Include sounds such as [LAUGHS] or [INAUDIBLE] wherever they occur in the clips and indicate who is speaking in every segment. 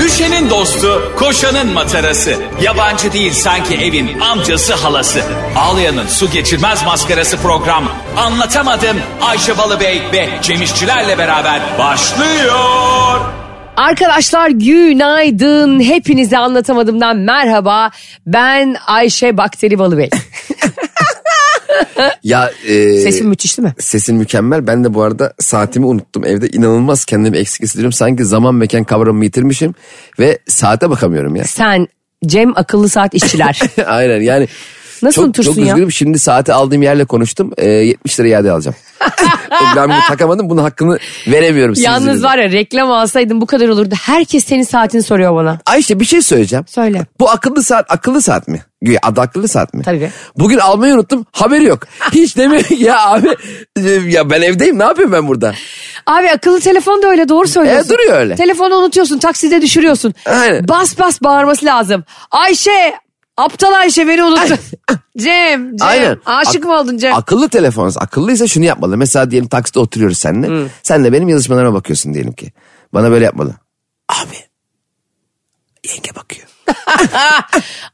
Speaker 1: Düşenin dostu, koşanın matarası. Yabancı değil sanki evin amcası halası. Ağlayanın su geçirmez maskarası program. Anlatamadım Ayşe Balıbey ve Cemişçilerle beraber başlıyor.
Speaker 2: Arkadaşlar günaydın. Hepinize anlatamadımdan merhaba. Ben Ayşe Bakteri
Speaker 3: [LAUGHS]
Speaker 2: Balıbey.
Speaker 3: Ya e,
Speaker 2: Sesim müthişti mi?
Speaker 3: sesin mükemmel. Ben de bu arada saatimi unuttum evde. inanılmaz kendimi eksik hissediyorum. Sanki zaman mekan kavramımı yitirmişim ve saate bakamıyorum ya. [LAUGHS]
Speaker 2: Sen Cem akıllı saat işçiler.
Speaker 3: Aynen yani.
Speaker 2: Nasıl
Speaker 3: çok,
Speaker 2: unutursun
Speaker 3: çok
Speaker 2: ya?
Speaker 3: üzgünüm. Şimdi saati aldığım yerle konuştum. E, 70 lira
Speaker 2: [LAUGHS]
Speaker 3: iade alacağım. ben bunu takamadım. Bunun hakkını veremiyorum. sizin
Speaker 2: Yalnız
Speaker 3: yüzünüzden.
Speaker 2: var ya reklam alsaydım bu kadar olurdu. Herkes senin saatini soruyor bana.
Speaker 3: Ayşe bir şey söyleyeceğim.
Speaker 2: Söyle.
Speaker 3: Bu akıllı saat akıllı saat mi? Güya adı akıllı saat mi?
Speaker 2: Tabii.
Speaker 3: Bugün almayı unuttum. Haberi yok. Hiç demiyor ki, ya abi e, ya ben evdeyim ne yapıyorum ben burada?
Speaker 2: Abi akıllı telefon da öyle doğru söylüyorsun.
Speaker 3: E, duruyor öyle.
Speaker 2: Telefonu unutuyorsun takside düşürüyorsun.
Speaker 3: Aynen.
Speaker 2: Bas bas bağırması lazım. Ayşe aptal Ayşe beni unuttun. [LAUGHS] Cem Cem
Speaker 3: Aynen.
Speaker 2: aşık
Speaker 3: Ak-
Speaker 2: mı oldun Cem?
Speaker 3: Akıllı telefonunuz akıllıysa şunu yapmalı. Mesela diyelim takside oturuyoruz seninle. Sen de benim yazışmalarıma bakıyorsun diyelim ki. Bana böyle yapmalı. Abi yenge bakıyor.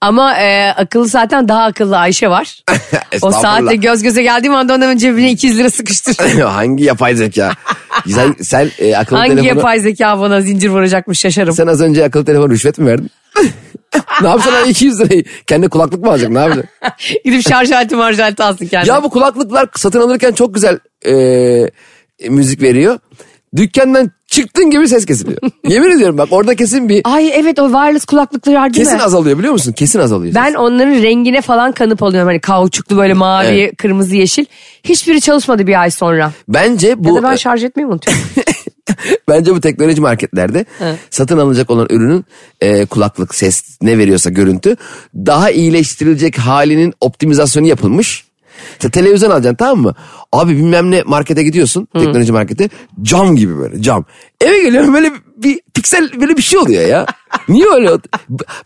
Speaker 2: Ama e, akıllı saatten daha akıllı Ayşe var.
Speaker 3: [LAUGHS]
Speaker 2: o
Speaker 3: Estağfurullah.
Speaker 2: saatte göz göze geldiğim anda onun cebine 200 lira
Speaker 3: [LAUGHS]
Speaker 2: sıkıştır.
Speaker 3: Hangi yapay zeka? sen sen e, akıllı
Speaker 2: Hangi
Speaker 3: telefonu...
Speaker 2: yapay zeka bana zincir vuracakmış şaşarım.
Speaker 3: Sen az önce akıllı telefon rüşvet mi verdin? [LAUGHS] ne yapacaksın lan 200 lirayı? Kendi kulaklık mı alacaksın? Ne
Speaker 2: [LAUGHS]
Speaker 3: yapacaksın?
Speaker 2: Gidip şarj aleti marj aleti alsın kendine.
Speaker 3: ya bu kulaklıklar satın alırken çok güzel e, e, müzik veriyor. Dükkandan çıktığın gibi
Speaker 2: [LAUGHS]
Speaker 3: ses kesiliyor. Yemin ediyorum bak orada kesin bir
Speaker 2: Ay evet o wireless kulaklıkları var değil
Speaker 3: kesin
Speaker 2: mi?
Speaker 3: azalıyor biliyor musun? Kesin azalıyor.
Speaker 2: Ben onların rengine falan kanıp alıyorum. Hani kauçuklu böyle mavi,
Speaker 3: Evet.
Speaker 2: kırmızı, yeşil. Hiçbiri çalışmadı bir ay sonra.
Speaker 3: Bence bu e,
Speaker 2: ya da ben şarj etmeyi unutuyorum.
Speaker 3: [LAUGHS] bence bu teknoloji marketlerde satın alınacak olan ürünün e, kulaklık ses ne veriyorsa görüntü daha iyileştirilecek halinin optimizasyonu yapılmış. İşte televizyon alacaksın tamam mı? Abi bilmem ne markete gidiyorsun teknoloji markete cam gibi böyle cam. Eve geliyorum böyle bir piksel böyle bir şey oluyor ya. Niye öyle? oldu?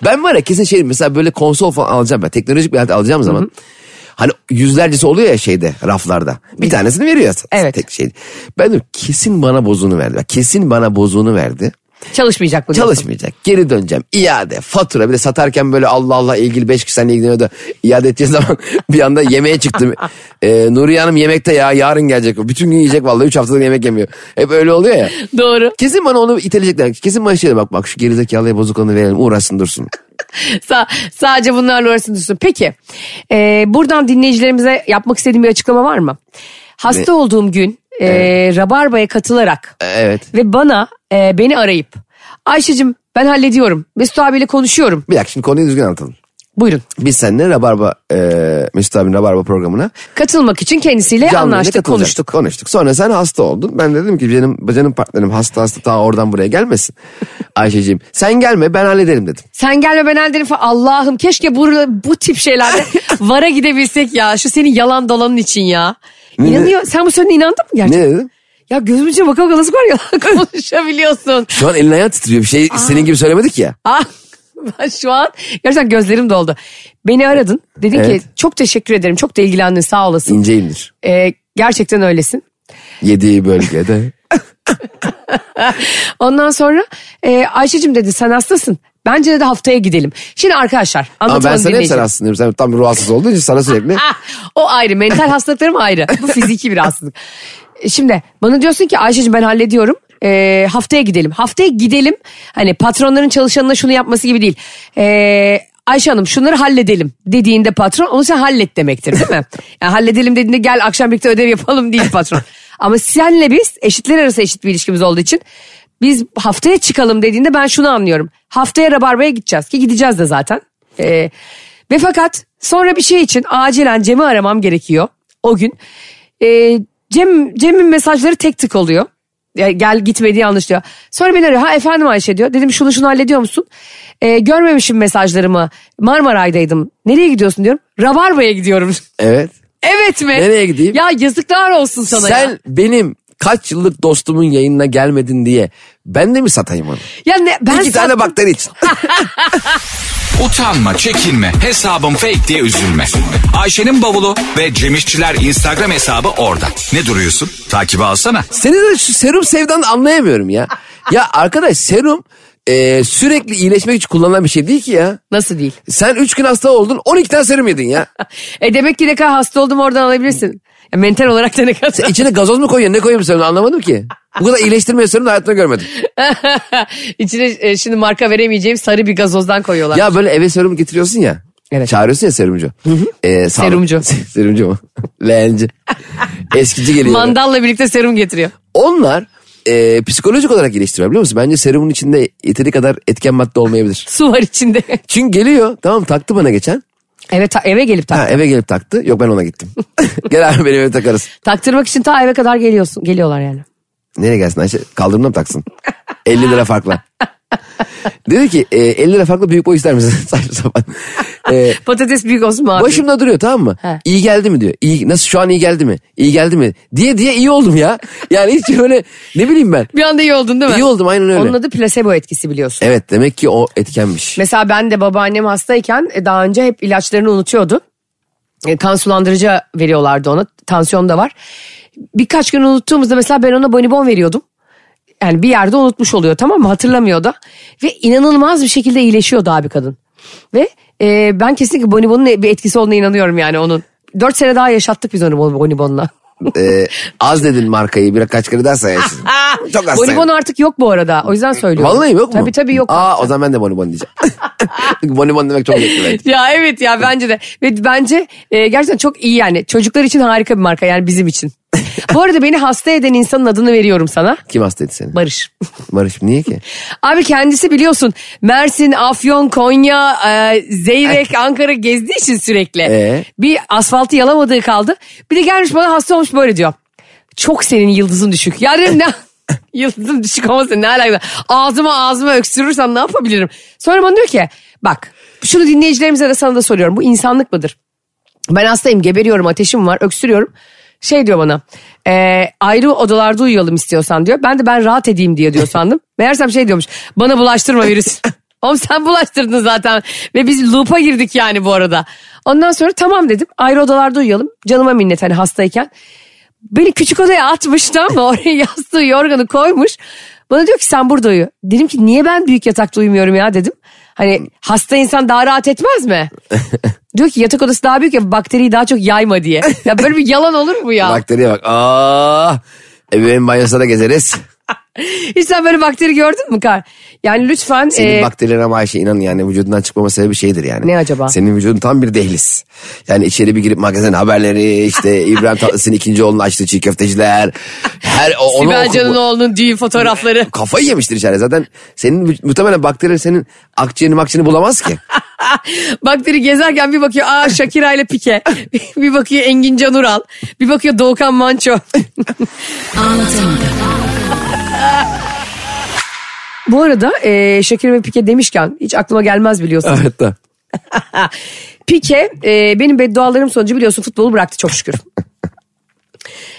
Speaker 3: Ben var ya kesin şey mesela böyle konsol falan alacağım ben teknolojik bir alet alacağım zaman. Hani yüzlercesi oluyor ya şeyde raflarda. Bir tanesini veriyor.
Speaker 2: Evet.
Speaker 3: Tek şey. Ben diyorum kesin bana bozuğunu verdi. Bak, kesin bana bozuğunu verdi.
Speaker 2: Çalışmayacak bu. diyorsun.
Speaker 3: Çalışmayacak. Geri döneceğim. İade, fatura. Bir de satarken böyle Allah Allah ilgili beş kişi seninle ilgileniyordu. İade edeceği [LAUGHS] zaman bir anda yemeğe çıktım. ee, Nuriye Hanım yemekte ya yarın gelecek. o. Bütün gün yiyecek vallahi. Üç haftadır yemek yemiyor. Hep öyle oluyor ya.
Speaker 2: Doğru.
Speaker 3: Kesin bana onu iteleyecekler. Kesin bana şey bak bak şu gerizekalıya bozuk olanı verelim uğraşsın dursun.
Speaker 2: Sa- sadece bunlarla uğraşsın dursun. Peki e, buradan dinleyicilerimize yapmak istediğim bir açıklama var mı? Hasta olduğum gün e, Rabarba'ya katılarak
Speaker 3: Evet.
Speaker 2: ve bana e, beni arayıp Ayşe'cim ben hallediyorum. Mesut abiyle konuşuyorum.
Speaker 3: Bir dakika şimdi konuyu düzgün anlatalım.
Speaker 2: Buyurun.
Speaker 3: Biz seninle Rabarba, e, Mesut abinin Rabarba programına
Speaker 2: Katılmak için kendisiyle
Speaker 3: Canlı
Speaker 2: E,
Speaker 3: yayına
Speaker 2: anlaştık
Speaker 3: katılacak.
Speaker 2: konuştuk.
Speaker 3: Konuştuk. Sonra sen hasta oldun. Ben de dedim ki benim, benim partnerim hasta hasta ta oradan
Speaker 2: [LAUGHS]
Speaker 3: buraya gelmesin. Ayşeciğim sen gelme ben hallederim dedim.
Speaker 2: Sen gelme ben hallederim falan. Allah'ım keşke bu, bu tip
Speaker 3: [LAUGHS]
Speaker 2: şeylerde vara gidebilsek ya. Şu senin yalan dolanın için ya. İnanıyor. Sen bu söylediğine inandın mı gerçekten?
Speaker 3: Ne dedim?
Speaker 2: Ya gözümüzce baka baka nasıl var ya [LAUGHS] konuşabiliyorsun.
Speaker 3: Şu an elin ayağın titriyor. Bir şey senin gibi söylemedik ya.
Speaker 2: Ah, ben şu an gerçekten gözlerim doldu. Beni aradın. Dedin
Speaker 3: Evet.
Speaker 2: ki çok teşekkür ederim. Çok da ilgilendin sağ olasın.
Speaker 3: İnce indir.
Speaker 2: Ee, gerçekten öylesin. [LAUGHS]
Speaker 3: Yediği bölgede.
Speaker 2: Ondan sonra e, Ayşe'cim dedi sen hastasın. Bence dedi haftaya gidelim. Şimdi arkadaşlar
Speaker 3: Ama
Speaker 2: anlatamadım
Speaker 3: ben sana hep sen
Speaker 2: dinleyicilerim.
Speaker 3: hastasın diyorum. Sen tam ruhsuz olduğun için
Speaker 2: [LAUGHS]
Speaker 3: sana sürekli.
Speaker 2: Ah, o ayrı. Mental hastalıklarım ayrı. Bu fiziki bir hastalık. Şimdi bana diyorsun ki Ayşe'cim ben hallediyorum. Ee, haftaya gidelim. Haftaya gidelim. Hani patronların çalışanına şunu yapması gibi değil. Ee, Ayşe Hanım şunları halledelim dediğinde patron onu sen hallet demektir değil mi? [LAUGHS] Yani halledelim dediğinde gel akşam birlikte ödev yapalım değil patron. Ama senle biz eşitler arası eşit bir ilişkimiz olduğu için biz haftaya çıkalım dediğinde ben şunu anlıyorum. Haftaya Rabarba'ya gideceğiz ki gideceğiz de zaten. Ee, ve fakat sonra bir şey için acilen Cem'i aramam gerekiyor o gün. Ee, Cem Cem'in mesajları tek tık oluyor. Ya gel gitmediği anlaşılıyor. Sonra beni arıyor. Ha efendim Ayşe diyor. Dedim şunu şunu hallediyor musun? Ee, görmemişim mesajlarımı. Marmaray'daydım. Nereye gidiyorsun diyorum. Rabarba'ya gidiyorum. [LAUGHS]
Speaker 3: Evet.
Speaker 2: evet mi?
Speaker 3: Nereye gideyim?
Speaker 2: Ya yazıklar olsun sana
Speaker 3: Sen
Speaker 2: ya.
Speaker 3: benim kaç yıllık dostumun yayınına gelmedin diye ben de mi satayım onu?
Speaker 2: Ya ne, ben
Speaker 3: İki tane
Speaker 2: sattım.
Speaker 3: bakteri için.
Speaker 1: Utanma, çekinme, hesabım fake diye üzülme. Ayşe'nin bavulu ve Cemişçiler Instagram hesabı orada. Ne duruyorsun? Takibi alsana.
Speaker 3: Senin de şu serum sevdanı anlayamıyorum ya. Ya arkadaş serum e, sürekli iyileşmek için kullanılan bir şey değil ki ya.
Speaker 2: Nasıl değil?
Speaker 3: Sen 3 gün hasta oldun 12 tane serum yedin ya.
Speaker 2: E demek ki ne kadar hasta oldum oradan alabilirsin. Ya mental olarak da ne kadar.
Speaker 3: Sen içine gazoz mu koyuyorsun ne koyuyorsun serum anlamadım ki. Bu kadar iyileştirmeye serum da hayatımda görmedim.
Speaker 2: [LAUGHS] İçine e, şimdi marka veremeyeceğim sarı bir gazozdan koyuyorlar.
Speaker 3: Ya böyle eve serum getiriyorsun ya.
Speaker 2: Evet.
Speaker 3: Çağırıyorsun ya serumcu. Ee, sağ olun.
Speaker 2: Serumcu.
Speaker 3: [LAUGHS] serumcu mu? Leğenci. Eskici geliyor.
Speaker 2: Mandalla birlikte serum getiriyor.
Speaker 3: Onlar e, psikolojik olarak iyileştiriyor biliyor musun? Bence serumun içinde yeteri kadar etken madde olmayabilir.
Speaker 2: Su var içinde. [LAUGHS]
Speaker 3: Çünkü geliyor tamam taktı bana geçen.
Speaker 2: evet ta- eve gelip tak-
Speaker 3: Ha, eve gelip taktı. Yok ben ona
Speaker 2: [LAUGHS]
Speaker 3: gittim. Gel abi benim eve takarız.
Speaker 2: taktırmak için ta eve kadar geliyorsun geliyorlar yani.
Speaker 3: Nereye gelsin Ayşe? Kaldırımda mı taksın? 50 lira farkla. Dedi ki e, 50 lira farklı büyük boy ister misin? [LAUGHS] Saçma sapan. E,
Speaker 2: Patates büyük olsun mu abi?
Speaker 3: başımda duruyor tamam mı?
Speaker 2: He.
Speaker 3: İyi geldi mi diyor. İyi, nasıl şu an iyi geldi mi? İyi geldi mi? Diye diye iyi oldum ya. Yani hiç böyle ne bileyim ben.
Speaker 2: Bir anda iyi oldun değil mi?
Speaker 3: İyi oldum aynen öyle.
Speaker 2: Onun adı plasebo etkisi biliyorsun.
Speaker 3: Evet demek ki o etkenmiş.
Speaker 2: Mesela ben de babaannem hastayken e, daha önce hep ilaçlarını unutuyordu. E, Kan sulandırıcı veriyorlardı ona. Tansiyon da var. Birkaç gün unuttuğumuzda mesela ben ona bonibon veriyordum. Yani bir yerde unutmuş oluyor tamam mı? Hatırlamıyor da. Ve inanılmaz bir şekilde iyileşiyordu abi kadın. Ve e, ben kesinlikle bonibonun bir etkisi olduğuna inanıyorum yani onun. Dört sene daha yaşattık biz onu bonibonla.
Speaker 3: E, az dedin markayı birkaç kere
Speaker 2: [LAUGHS]
Speaker 3: daha sayarsın. Çok az
Speaker 2: Bonibon
Speaker 3: sayın.
Speaker 2: artık yok bu arada. O yüzden söylüyorum.
Speaker 3: Vallahi yok mu?
Speaker 2: Tabii tabii yok.
Speaker 3: Aa o zaman ben de bonibon diyeceğim. [LAUGHS] bonibon demek çok kötü.
Speaker 2: [LAUGHS] Ya evet ya bence de. Ve bence e, gerçekten çok iyi yani. Çocuklar için harika bir marka yani bizim için. Bu arada beni hasta eden insanın adını veriyorum sana.
Speaker 3: Kim hasta etti seni?
Speaker 2: Barış.
Speaker 3: Barış niye ki?
Speaker 2: Abi kendisi biliyorsun Mersin, Afyon, Konya, e, Zeyrek, Ankara gezdiği için sürekli.
Speaker 3: Ee?
Speaker 2: Bir asfaltı yalamadığı kaldı. Bir de gelmiş bana hasta olmuş böyle diyor. Çok senin yıldızın düşük. Ya dedim ne... [LAUGHS] Yıldızın düşük olmasa ne alaka? Ağzıma ağzıma öksürürsem ne yapabilirim? Sonra bana diyor ki bak şunu dinleyicilerimize de sana da soruyorum. Bu insanlık mıdır? Ben hastayım geberiyorum ateşim var öksürüyorum. Şey diyor bana e, ayrı odalarda uyuyalım istiyorsan diyor. Ben de ben rahat edeyim diye diyor sandım. [LAUGHS] Meğersem şey diyormuş bana bulaştırma virüs. Oğlum sen bulaştırdın zaten ve biz loop'a girdik yani bu arada. Ondan sonra tamam dedim ayrı odalarda uyuyalım. Canıma minnet hani hastayken. Beni küçük odaya atmış tamam mı? Oraya [LAUGHS] yastığı yorganı koymuş. Bana diyor ki sen burada uyu. Dedim ki niye ben büyük yatakta uyumuyorum ya dedim. Hani hasta insan daha rahat etmez
Speaker 3: [LAUGHS]
Speaker 2: mi? Diyor ki yatak odası daha büyük ya bakteriyi daha çok yayma diye. Ya böyle bir yalan olur mu ya?
Speaker 3: Bakteriye bak. Aa, ebeveyn banyosuna da gezeriz.
Speaker 2: Hiç sen böyle bakteri gördün mü Kar? Yani lütfen
Speaker 3: Senin
Speaker 2: e,
Speaker 3: bakterilerin ama Ayşe inan yani vücudundan çıkmama sebebi şeydir yani.
Speaker 2: Ne acaba?
Speaker 3: Senin vücudun tam bir dehliz. Yani içeri bir girip magazin haberleri [LAUGHS] işte İbrahim Tatlıses'in ikinci oğlunu açtı çiğ köfteciler. Her o- onu
Speaker 2: Sibel
Speaker 3: oku-
Speaker 2: Can'ın oğlunun düğün fotoğrafları.
Speaker 3: Kafayı yemiştir içeride zaten senin vü- muhtemelen bakteriler senin akciğerini makciğerini bulamaz [LAUGHS] ki.
Speaker 2: Bakteri gezerken bir bakıyor aa Shakira ile Pike. [LAUGHS] bir bakıyor Engin Can Ural. Bir bakıyor Doğukan Manço. [LAUGHS] Bu arada e, Shakira ve Pike demişken hiç aklıma gelmez biliyorsun.
Speaker 3: Hayatta.
Speaker 2: [LAUGHS] Pike e, benim beddualarım sonucu biliyorsun futbolu bıraktı çok şükür.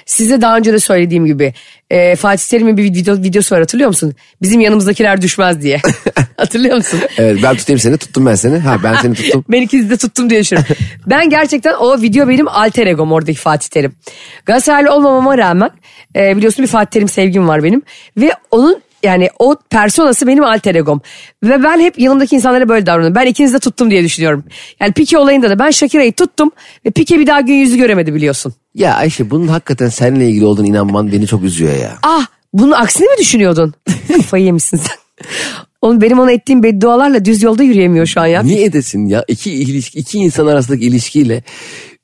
Speaker 2: Size daha önce de söylediğim gibi e, Fatih Terim'in bir video, videosu var hatırlıyor musun? Bizim yanımızdakiler düşmez diye. hatırlıyor musun?
Speaker 3: Evet ben tutayım seni tuttum ben seni. Ha ben seni tuttum.
Speaker 2: [LAUGHS] Ben ikinizi de tuttum diye
Speaker 3: [LAUGHS]
Speaker 2: düşünüyorum. ben gerçekten o video benim alter egom oradaki Fatih Terim. Galatasaraylı olmamama rağmen e, biliyorsun bir Fatih Terim sevgim var benim. Ve onun yani o personası benim alter egom. Ve ben hep yanımdaki insanlara böyle davranıyorum. Ben ikinizi de tuttum diye düşünüyorum. Yani Pike olayında da ben Shakira'yı tuttum ve Pike bir daha gün yüzü göremedi biliyorsun.
Speaker 3: Ya Ayşe bunun hakikaten seninle ilgili olduğunu inanman beni çok üzüyor ya.
Speaker 2: Ah bunun aksini mi
Speaker 3: [LAUGHS]
Speaker 2: düşünüyordun? Kafayı yemişsin sen. Oğlum benim ona ettiğim beddualarla düz yolda yürüyemiyor şu an ya.
Speaker 3: Niye edesin ya? İki, ilişki, iki insan arasındaki ilişkiyle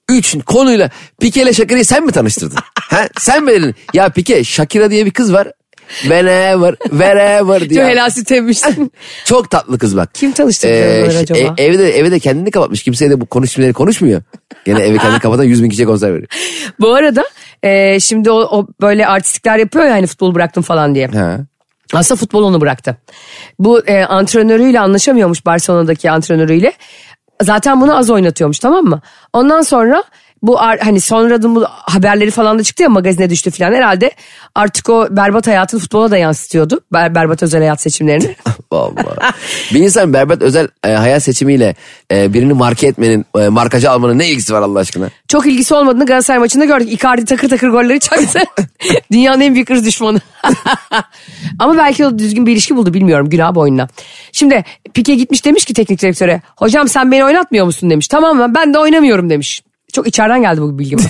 Speaker 3: üç konuyla Pike ile Shakira'yı sen
Speaker 2: [LAUGHS]
Speaker 3: mi tanıştırdın? ha? Sen mi dedin? Ya Pike Shakira diye bir kız var. Whenever, wherever
Speaker 2: Çok
Speaker 3: diye.
Speaker 2: helası
Speaker 3: [LAUGHS]
Speaker 2: temmişsin.
Speaker 3: Çok tatlı kız bak.
Speaker 2: Kim tanıştırdı onları
Speaker 3: şey,
Speaker 2: acaba?
Speaker 3: e- evde, evde de
Speaker 2: [LAUGHS]
Speaker 3: kendini kapatmış. Kimseye de bu konuşmaları konuşmuyor. Gene evi kendini kapatan 100 bin kişiye konser veriyor.
Speaker 2: Bu arada e, şimdi o, o böyle artistlikler yapıyor ya hani futbolu bıraktım falan diye.
Speaker 3: Ha. [LAUGHS]
Speaker 2: Aslında futbol onu bıraktı. Bu e, antrenörüyle anlaşamıyormuş Barcelona'daki antrenörüyle. Zaten bunu az oynatıyormuş tamam mı? Ondan sonra bu ar- hani sonradan bu haberleri falan da çıktı ya magazine düştü falan herhalde artık o berbat hayatını futbola da yansıtıyordu. Ber- berbat özel hayat seçimlerini.
Speaker 3: Vallahi. bir insan berbat özel e, hayat seçimiyle e, birini marke etmenin, e, markacı almanın ne ilgisi var Allah aşkına?
Speaker 2: Çok ilgisi olmadığını Galatasaray maçında gördük. Icardi takır takır golleri
Speaker 3: [LAUGHS]
Speaker 2: çaktı. Dünyanın en büyük hırs düşmanı. [LAUGHS] Ama belki o düzgün bir ilişki buldu bilmiyorum günah boynuna. Şimdi Pike gitmiş demiş ki teknik direktöre. Hocam sen beni oynatmıyor musun demiş. Tamam mı ben de oynamıyorum demiş. Çok içeriden geldi bu
Speaker 3: [LAUGHS]
Speaker 2: bilgi bana.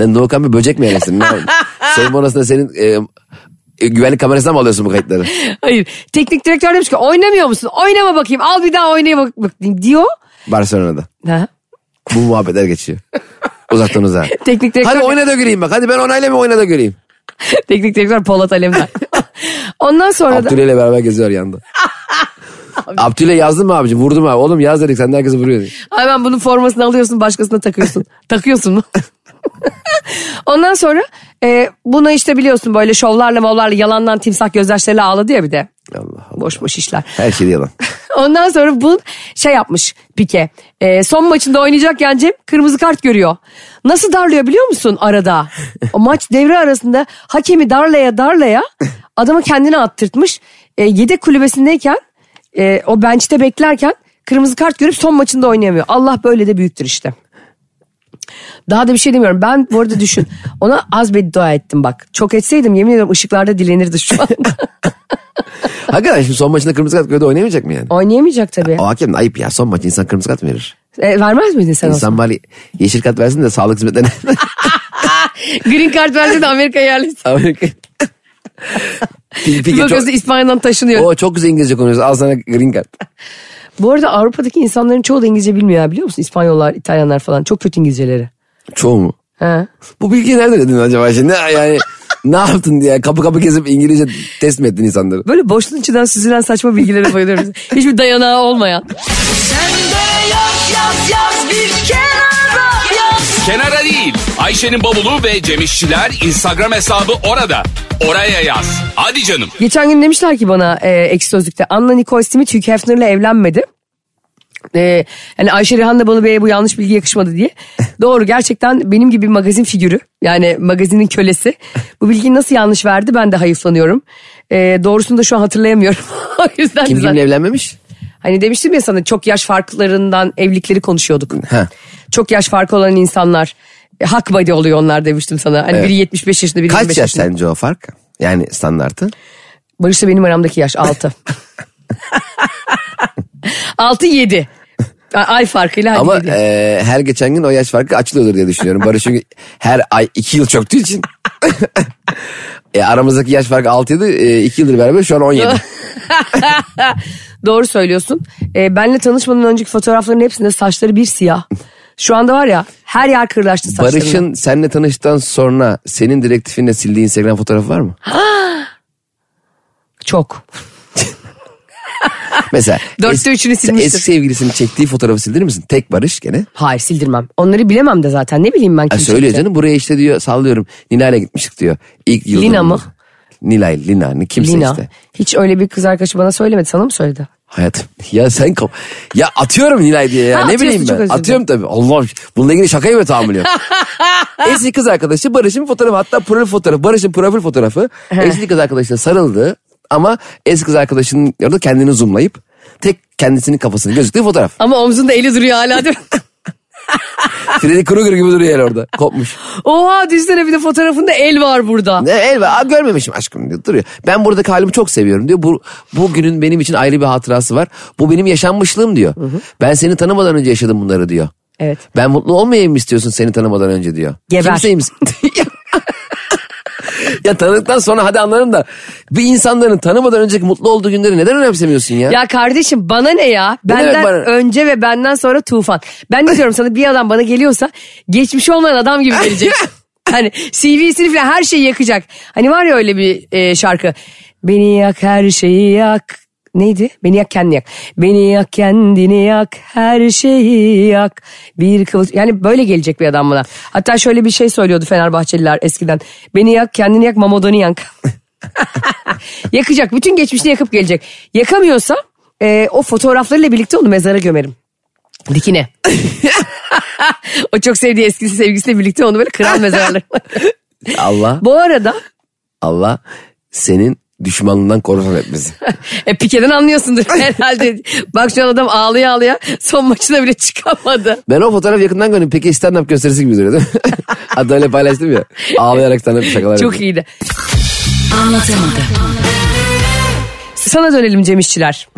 Speaker 3: Lan Doğukan bir böcek mi yerlesin? Ne oldu? Soyunma odasında senin e, e, güvenlik kamerasından mı alıyorsun bu kayıtları?
Speaker 2: Hayır teknik direktör demiş ki oynamıyor musun? Oynama bakayım al bir daha oynaya bak, bak diyor.
Speaker 3: Barcelona'da.
Speaker 2: Ha?
Speaker 3: Bu muhabbetler geçiyor. Uzaktan uzağa.
Speaker 2: Teknik direktör
Speaker 3: Hadi oyna da göreyim bak. Hadi ben onayla mı oyna da göreyim.
Speaker 2: [LAUGHS] teknik direktör Polat
Speaker 3: [LAUGHS]
Speaker 2: Alemdar. Ondan sonra da
Speaker 3: Abdüle ile beraber geziyor yanında. Abdüle yazdın mı abici? Vurdum abi. Oğlum yaz dedik sen de herkesi vuruyorsun.
Speaker 2: Hemen bunun formasını alıyorsun başkasına takıyorsun.
Speaker 3: [LAUGHS]
Speaker 2: takıyorsun mu? [LAUGHS] Ondan sonra e, buna işte biliyorsun böyle şovlarla mavlarla yalandan timsah gözyaşlarıyla ağladı ya bir de.
Speaker 3: Allah Allah.
Speaker 2: Boş boş işler.
Speaker 3: Her şey de yalan.
Speaker 2: Ondan sonra bu şey yapmış Pike. E, son maçında oynayacakken Cem kırmızı kart görüyor. Nasıl darlıyor biliyor musun arada? O maç devre arasında hakemi darlaya darlaya adamı kendine attırtmış. E, yedek kulübesindeyken e, o bench'te beklerken kırmızı kart görüp son maçında oynayamıyor. Allah böyle de büyüktür işte. Daha da bir şey demiyorum. Ben bu arada düşün. Ona az bir dua ettim bak. Çok etseydim yemin ediyorum ışıklarda dilenirdi şu an.
Speaker 3: Hakikaten şimdi son maçında kırmızı kart gördü oynayamayacak mı yani?
Speaker 2: Oynayamayacak tabii.
Speaker 3: O hakem de ayıp ya. Son maç insan kırmızı kart mı verir?
Speaker 2: E, vermez miydin sen olsa?
Speaker 3: İnsan bari yeşil kart versin de sağlık hizmetlerine. [LAUGHS]
Speaker 2: Green Card verse de Amerika yerlisi.
Speaker 3: Amerika. Pi- Pike çok,
Speaker 2: Bakıyorsun İspanya'dan taşınıyor.
Speaker 3: o çok güzel İngilizce konuşuyorsun. Al sana green card.
Speaker 2: Bu arada Avrupa'daki insanların çoğu da İngilizce bilmiyor ya biliyor musun? İspanyollar, İtalyanlar falan. Çok kötü İngilizceleri.
Speaker 3: Çoğu mu?
Speaker 2: Ha.
Speaker 3: Bu bilgiyi nereden edindin acaba şimdi? Ne- Yani ne yaptın diye kapı kapı gezip İngilizce test mi ettin insanları?
Speaker 2: Böyle boşluğun içinden süzülen saçma bilgilere [LAUGHS] bayılıyorum. Hiçbir dayanağı olmayan.
Speaker 1: Kenara değil. Ayşe'nin bavulu ve Cemişçiler Instagram hesabı orada. Oraya yaz. Hadi canım.
Speaker 2: Geçen gün demişler ki bana e, ekşi sözlükte Anna Nicole Smith Hugh Hefner'la evlenmedi. E, yani Ayşe Rihanna Balıbey'e bu yanlış bilgi yakışmadı
Speaker 3: [LAUGHS]
Speaker 2: diye. Doğru gerçekten benim gibi magazin figürü yani magazinin kölesi. Bu bilgiyi nasıl yanlış verdi ben de hayıflanıyorum. E, doğrusunu da şu an hatırlayamıyorum. [LAUGHS] o yüzden
Speaker 3: Kim
Speaker 2: zaten-
Speaker 3: kimle evlenmemiş?
Speaker 2: Hani demiştim ya sana çok yaş farklarından evlilikleri konuşuyorduk.
Speaker 3: Heh.
Speaker 2: Çok yaş farkı olan insanlar e, hak body oluyor onlar demiştim sana. Hani biri 75 yaşında biri 25
Speaker 3: Kaç yaş
Speaker 2: yaşında.
Speaker 3: sence o fark? Yani standartı.
Speaker 2: Barış'la benim aramdaki yaş
Speaker 3: [LAUGHS]
Speaker 2: 6. 6 7. Ay farkıyla hadi
Speaker 3: Ama
Speaker 2: yedi.
Speaker 3: e, her geçen gün o yaş farkı açılıyordur diye düşünüyorum. Barış çünkü her ay iki yıl çöktüğü için. [LAUGHS] e, aramızdaki yaş farkı 6 yedi. E, iki yıldır beraber şu an 17.
Speaker 2: Doğru söylüyorsun. E, benle tanışmadan önceki fotoğrafların hepsinde saçları bir siyah. Şu anda var ya her yer kırlaştı saçlarına.
Speaker 3: Barış'ın seninle tanıştıktan sonra senin direktifinle sildiği Instagram fotoğrafı var mı?
Speaker 2: Çok.
Speaker 3: Mesela
Speaker 2: Dörtte üçünü
Speaker 3: sen
Speaker 2: silmiştir.
Speaker 3: Eski sevgilisinin çektiği fotoğrafı sildirir misin? Tek Barış gene.
Speaker 2: Hayır sildirmem. Onları bilemem de zaten ne bileyim ben.
Speaker 3: Ha,
Speaker 2: kim
Speaker 3: söylüyor
Speaker 2: çekti.
Speaker 3: canım buraya işte diyor sallıyorum Nina'yla gitmiştik diyor. İlk yıl
Speaker 2: Lina mı?
Speaker 3: Nilay, Lina, ne- kimse
Speaker 2: Lina.
Speaker 3: işte.
Speaker 2: Hiç öyle bir kız arkadaşı bana söylemedi. Sana mı söyledi?
Speaker 3: Hayatım [LAUGHS] ya sen kap- ya atıyorum Nilay diye ya
Speaker 2: Ha,
Speaker 3: ne
Speaker 2: atıyorsun,
Speaker 3: bileyim
Speaker 2: çok
Speaker 3: ben.
Speaker 2: özür dilerim.
Speaker 3: Atıyorum tabii. Allah'ım bununla ilgili şakayı mı tahammül
Speaker 2: [LAUGHS]
Speaker 3: yok? Eski kız arkadaşı Barış'ın fotoğrafı hatta profil fotoğrafı. Barış'ın profil fotoğrafı eski kız arkadaşına sarıldı ama eski kız arkadaşının orada kendini zoomlayıp tek kendisinin kafasını
Speaker 2: [LAUGHS]
Speaker 3: gözüktüğü fotoğraf.
Speaker 2: Ama omzunda eli duruyor hala değil mi?
Speaker 3: [LAUGHS] Freddy Krueger gibi duruyor el orada. Kopmuş.
Speaker 2: Oha düşünsene bir de fotoğrafında el var burada.
Speaker 3: Ne el ver. Aa, görmemişim aşkım diyor. Duruyor. Ben buradaki halimi çok seviyorum diyor. Bu, bugünün benim için ayrı bir hatırası var. Bu benim yaşanmışlığım diyor. Ben seni tanımadan önce yaşadım bunları diyor.
Speaker 2: Evet.
Speaker 3: Ben mutlu olmayayım mı istiyorsun seni tanımadan önce diyor.
Speaker 2: Geber.
Speaker 3: Kimseyim. [LAUGHS] ya tanıdıktan sonra hadi anlarım da bir insanların tanımadan önceki mutlu olduğu günleri neden önemsemiyorsun ya?
Speaker 2: Ya kardeşim bana ne ya?
Speaker 3: demek
Speaker 2: Benden
Speaker 3: bana?
Speaker 2: önce ve benden sonra tufan. Ben ne diyorum sana bir adam bana geliyorsa geçmiş olmayan adam gibi
Speaker 3: [LAUGHS]
Speaker 2: gelecek. hani CV'sini falan her şeyi yakacak. Hani var ya öyle bir e, şarkı. Beni yak her şeyi yak. Neydi? Beni yak kendini yak. Beni yak kendini yak her şeyi yak. Bir kıvılcım. Yani böyle gelecek bir adam bana. Hatta şöyle bir şey söylüyordu Fenerbahçeliler eskiden. Beni yak kendini yak mamodonu yak. [LAUGHS] Yakacak. Bütün geçmişini yakıp gelecek. Yakamıyorsa e, o fotoğraflarıyla birlikte onu mezara gömerim. Dikine. [LAUGHS] o çok sevdiği eski sevgilisiyle birlikte onu böyle kral mezarlar.
Speaker 3: Allah
Speaker 2: Bu arada
Speaker 3: Allah senin düşmanından korusun hep bizi.
Speaker 2: e, pikeden anlıyorsundur herhalde. Bak şu an adam ağlıyor ağlıyor son maçına bile çıkamadı.
Speaker 3: Ben o fotoğraf yakından gördüm. Peki stand up gösterisi gibi duruyor değil mi? [LAUGHS] Hatta öyle paylaştım ya. Ağlayarak stand up şakalar
Speaker 2: Çok
Speaker 3: yapıyor.
Speaker 2: iyiydi. Sana dönelim Cem İşçiler.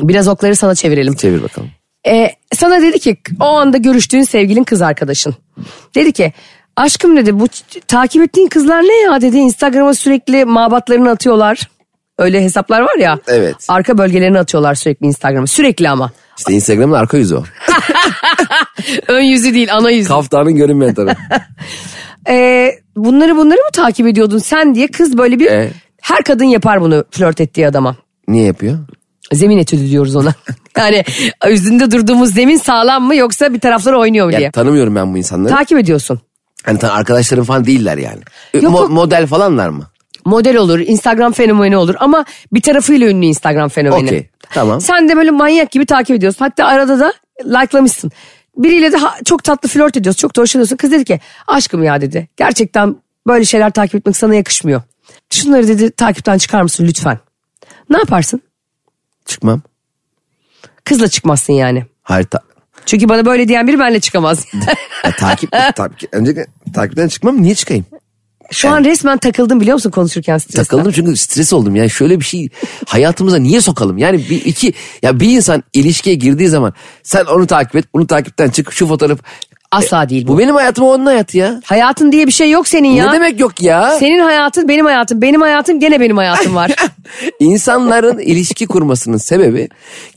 Speaker 2: Biraz okları sana çevirelim.
Speaker 3: Çevir bakalım.
Speaker 2: E, sana dedi ki o anda görüştüğün sevgilin kız arkadaşın. Dedi ki aşkım dedi bu ç- takip ettiğin kızlar ne ya dedi. Instagram'a sürekli mabatlarını atıyorlar. Öyle hesaplar var ya.
Speaker 3: Evet.
Speaker 2: Arka bölgelerini atıyorlar sürekli Instagram'a. Sürekli ama.
Speaker 3: İşte Instagram'ın arka yüzü o.
Speaker 2: Ön yüzü değil ana yüzü.
Speaker 3: Kaftanın görünmeyen tarafı.
Speaker 2: [LAUGHS] E, bunları bunları mı takip ediyordun sen diye kız böyle bir...
Speaker 3: E?
Speaker 2: Her kadın yapar bunu flört ettiği adama.
Speaker 3: Niye yapıyor?
Speaker 2: Zemin etüdü diyoruz ona. [LAUGHS] yani üstünde durduğumuz zemin sağlam mı yoksa bir tarafları oynuyor mu
Speaker 3: Ya
Speaker 2: diye.
Speaker 3: tanımıyorum ben bu insanları.
Speaker 2: Takip ediyorsun.
Speaker 3: Hani tan- arkadaşlarım falan değiller yani. Ö,
Speaker 2: Yok,
Speaker 3: mo-
Speaker 2: yok.
Speaker 3: Model falanlar mı?
Speaker 2: model olur, Instagram fenomeni olur ama bir tarafıyla ünlü Instagram fenomeni.
Speaker 3: Okey, tamam.
Speaker 2: Sen de böyle manyak gibi takip ediyorsun. Hatta arada da likelamışsın. Biriyle de ha- çok tatlı flört ediyorsun, çok da hoşlanıyorsun. Kız dedi ki aşkım ya dedi. Gerçekten böyle şeyler takip etmek sana yakışmıyor. Şunları dedi takipten çıkar mısın lütfen? Ne yaparsın?
Speaker 3: Çıkmam.
Speaker 2: Kızla çıkmazsın yani.
Speaker 3: Hayır ta-
Speaker 2: Çünkü bana böyle diyen biri benle çıkamaz. [LAUGHS]
Speaker 3: ya takip, takip, önce takipten çıkmam niye çıkayım?
Speaker 2: Şu an resmen takıldım biliyor musun konuşurken stresten.
Speaker 3: Takıldım çünkü stres oldum. Yani şöyle bir şey hayatımıza niye sokalım? Yani bir iki ya bir insan ilişkiye girdiği zaman sen onu takip et, bunu takipten çık, şu fotoğraf.
Speaker 2: Asla değil bu.
Speaker 3: Bu benim hayatım, o onun hayatı ya.
Speaker 2: Hayatın diye bir şey yok senin ya.
Speaker 3: Ne demek yok ya?
Speaker 2: Senin hayatın benim hayatım, benim hayatım gene benim hayatım var.
Speaker 3: İnsanların ilişki kurmasının sebebi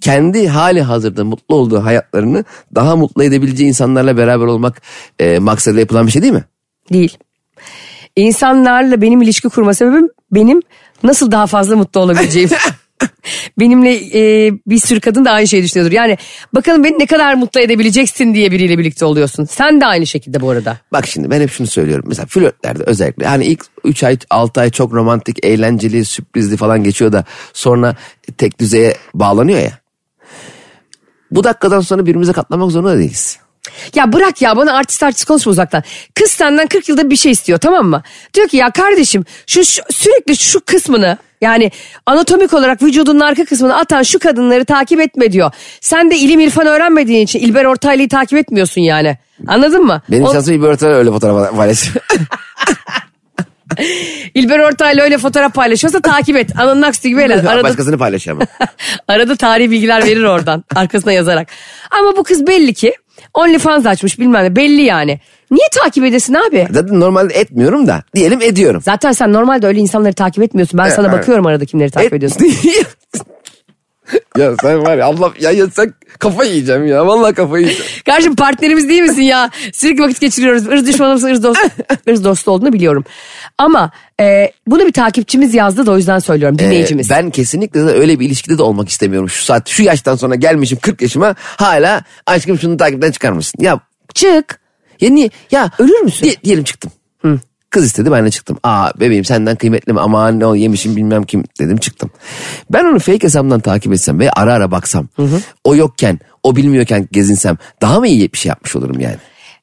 Speaker 3: kendi hali hazırda mutlu olduğu hayatlarını daha mutlu edebileceği insanlarla beraber olmak e, maksadıyla yapılan bir şey değil mi?
Speaker 2: Değil. İnsanlarla benim ilişki kurma sebebim benim nasıl daha fazla mutlu olabileceğim. Benimle e, bir sürü kadın da aynı şeyi düşünüyordur. Yani bakalım beni ne kadar mutlu edebileceksin diye biriyle birlikte oluyorsun. Sen de aynı şekilde bu arada.
Speaker 3: Bak şimdi ben hep şunu söylüyorum. Mesela flörtlerde özellikle hani ilk 3 ay 6 ay çok romantik, eğlenceli, sürprizli falan geçiyor da sonra tek düzeye bağlanıyor ya. Bu dakikadan sonra birbirimize katlamak zorunda değiliz.
Speaker 2: Ya bırak ya bana artist artist konuşma uzaktan. Kız senden 40 yılda bir şey istiyor tamam mı? Diyor ki ya kardeşim şu, şu- sürekli şu kısmını yani anatomik olarak vücudunun arka kısmını atan şu kadınları takip etme diyor. Sen de ilim irfan öğrenmediğin için İlber Ortaylı'yı takip etmiyorsun yani. Anladın mı?
Speaker 3: Benim
Speaker 2: O-
Speaker 3: şansım İlber Ortaylı öyle fotoğraf paylaşıyor.
Speaker 2: İlber Ortaylı öyle fotoğraf paylaşıyorsa takip et. Ananın aksi gibi helal. Arada,
Speaker 3: Başkasını paylaşıyor ama.
Speaker 2: [LAUGHS] arada tarihi bilgiler verir oradan [LAUGHS] arkasına yazarak. Ama bu kız belli ki OnlyFans açmış bilmem ne belli yani. Niye takip edesin abi?
Speaker 3: Zaten normalde etmiyorum da diyelim ediyorum.
Speaker 2: Zaten sen normalde öyle insanları takip etmiyorsun. Ben sana
Speaker 3: E, evet.
Speaker 2: bakıyorum arada kimleri takip
Speaker 3: Et-
Speaker 2: ediyorsun. [LAUGHS]
Speaker 3: [LAUGHS] ya sen var ya ablam ya, ya sen kafa yiyeceğim ya. Vallahi
Speaker 2: [LAUGHS]
Speaker 3: kafa yiyeceğim.
Speaker 2: Kardeşim partnerimiz değil misin ya? Sürekli vakit geçiriyoruz. Irz düşmanımız, ırz dost,
Speaker 3: [LAUGHS]
Speaker 2: ırz dostu olduğunu biliyorum. Ama e, bunu bir takipçimiz yazdı da o yüzden söylüyorum dinleyicimiz.
Speaker 3: Ee, ben kesinlikle de öyle bir ilişkide de olmak istemiyorum. Şu saat şu yaştan sonra gelmişim 40 yaşıma hala aşkım şunu takipten çıkarmışsın. Ya
Speaker 2: Çık.
Speaker 3: ya niye? Ya
Speaker 2: Ölür müsün?
Speaker 3: Di- diyelim çıktım. Kız istedi ben de çıktım. Aa bebeğim senden kıymetli mi? Aman ne ol yemişim bilmem kim dedim çıktım. Ben onu fake hesabından takip etsem ve ara ara baksam. O yokken o bilmiyorken gezinsem daha mı iyi bir şey yapmış olurum yani?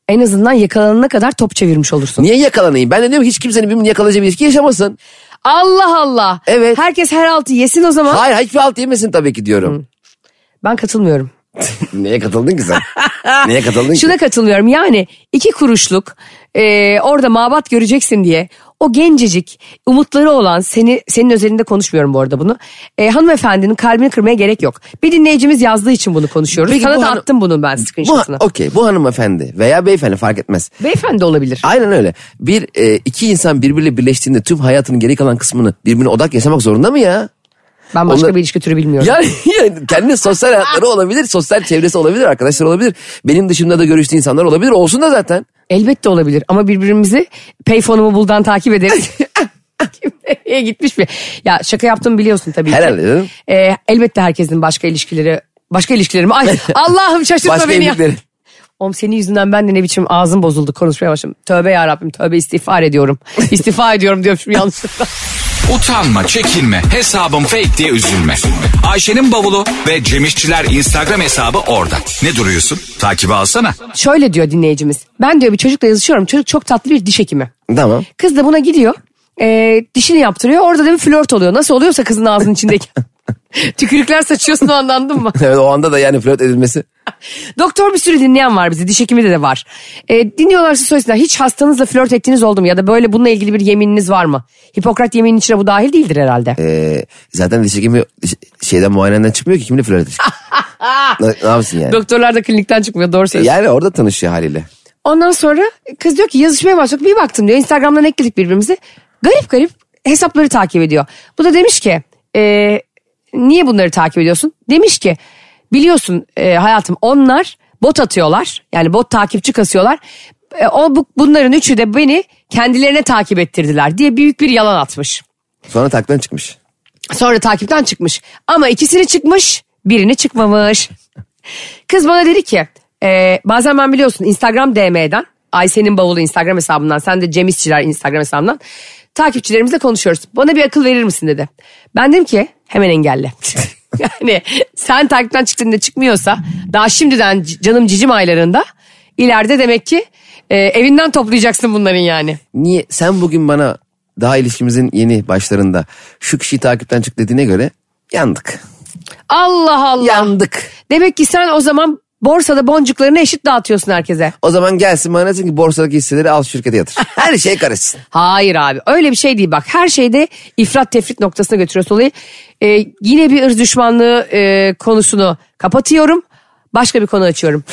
Speaker 2: En azından yakalanana kadar top çevirmiş olursun.
Speaker 3: Niye yakalanayım? Ben de diyorum ki hiç kimsenin birbirini yakalayacağı bir ilişki yaşamasın.
Speaker 2: Allah Allah.
Speaker 3: Evet.
Speaker 2: Herkes her altı yesin o zaman.
Speaker 3: Hayır hiçbir alt yemesin tabii ki diyorum.
Speaker 2: Ben katılmıyorum.
Speaker 3: Neye katıldın
Speaker 2: [LAUGHS]
Speaker 3: ki sen? Neye katıldın ki?
Speaker 2: Şuna katılmıyorum yani iki kuruşluk e, orada mabat göreceksin diye o gencecik umutları olan seni senin özelinde konuşmuyorum bu arada bunu. E, hanımefendinin kalbini kırmaya gerek yok. Bir dinleyicimiz yazdığı için bunu konuşuyoruz.
Speaker 3: Peki
Speaker 2: Sana
Speaker 3: bu
Speaker 2: da
Speaker 3: hanım-
Speaker 2: attım bunun ben
Speaker 3: Bu,
Speaker 2: screenshot'ını.
Speaker 3: ha- okey bu hanımefendi veya beyefendi fark etmez.
Speaker 2: Beyefendi olabilir.
Speaker 3: Aynen öyle. Bir e, iki insan birbiriyle birleştiğinde tüm hayatının geri kalan kısmını birbirine odak yaşamak zorunda mı ya?
Speaker 2: Ben başka
Speaker 3: Onlar-
Speaker 2: bir ilişki türü bilmiyorum.
Speaker 3: Yani, yani kendi sosyal hayatları olabilir, sosyal çevresi olabilir, arkadaşlar olabilir. Benim dışımda da görüştüğü insanlar olabilir. Olsun da zaten. [LAUGHS]
Speaker 2: Elbette olabilir ama birbirimizi payfonumu buldan takip ederiz. Kim nereye gitmiş mi? Ya şaka yaptığımı biliyorsun tabii
Speaker 3: Herhalde
Speaker 2: ki.
Speaker 3: canım.
Speaker 2: Ee, elbette herkesin başka ilişkileri başka ilişkileri mi?
Speaker 3: [LAUGHS]
Speaker 2: Ay Allah'ım şaşırtma
Speaker 3: Başka
Speaker 2: beni ya.
Speaker 3: evlilikleri.
Speaker 2: Oğlum senin yüzünden ben de ne biçim ağzım bozuldu konuşmaya başladım. Tövbe ya Rabbim tövbe istiğfar [LAUGHS] ediyorum. İstiğfar ediyorum diyorum şimdi yanlışlıkla.
Speaker 1: Utanma, çekinme, hesabım fake diye üzülme. Ayşe'nin bavulu ve Cemişçiler Instagram hesabı orada. Ne duruyorsun? Takibi alsana.
Speaker 2: [LAUGHS] Şöyle diyor dinleyicimiz. Ben diyor bir çocukla yazışıyorum. Çocuk çok tatlı bir diş hekimi.
Speaker 3: Tamam. [LAUGHS]
Speaker 2: Kız da buna gidiyor. Ee, dişini yaptırıyor. Orada da bir flört oluyor. Nasıl oluyorsa kızın ağzının [LAUGHS] içindeki. Tükürükler saçıyorsun o an, anladın mı?
Speaker 3: Evet o anda da yani flört edilmesi.
Speaker 2: Doktor bir sürü dinleyen var bizi. Diş hekimi de de var. Ee, dinliyorlarsa söylesinler. Hiç hastanızla flört ettiğiniz oldu mu? Ya da böyle bununla ilgili bir yemininiz var mı? Hipokrat yemininin içine bu dahil değildir herhalde.
Speaker 3: Ee, zaten diş hekimi ş- şeyden muayeneden çıkmıyor ki kimle flört edecek? ne, ne yapsın yani?
Speaker 2: Doktorlar da klinikten çıkmıyor doğru söylüyorsun.
Speaker 3: Yani orada tanışıyor haliyle.
Speaker 2: Ondan sonra kız diyor ki yazışmaya başladık. Bir baktım diyor Instagram'dan ekledik birbirimizi. Garip garip hesapları takip ediyor. Bu da demiş ki "E, niye bunları takip ediyorsun? Demiş ki biliyorsun e, hayatım onlar bot atıyorlar. Yani bot takipçi kasıyorlar. E, o bu- bunların üçü de beni kendilerine takip ettirdiler diye büyük bir yalan atmış.
Speaker 3: Sonra taktan çıkmış.
Speaker 2: Sonra takipten çıkmış. Ama ikisini çıkmış, birini çıkmamış. Kız bana dedi ki, e, bazen ben biliyorsun Instagram DM'den, Ayşe'nin bavulu Instagram hesabından, sen de Cem İşçiler Instagram hesabından takipçilerimizle konuşuyoruz. Bana bir akıl verir misin dedi. Ben dedim ki hemen engelle. [LAUGHS] yani sen takipten çıktığında çıkmıyorsa daha şimdiden c- canım cicim aylarında ileride demek ki e, evinden toplayacaksın bunların yani.
Speaker 3: Niye sen bugün bana daha ilişkimizin yeni başlarında şu kişiyi takipten çık dediğine göre yandık.
Speaker 2: Allah Allah.
Speaker 3: Yandık.
Speaker 2: Demek ki sen o zaman borsada boncuklarını eşit dağıtıyorsun herkese.
Speaker 3: O zaman gelsin bana desin ki borsadaki hisseleri al şirkete yatır. Her şey karışsın.
Speaker 2: Hayır abi öyle bir şey değil bak her şeyde ifrat tefrit noktasına götürüyorsun olayı. Ee, yine bir ırz düşmanlığı e, konusunu kapatıyorum başka bir konu açıyorum.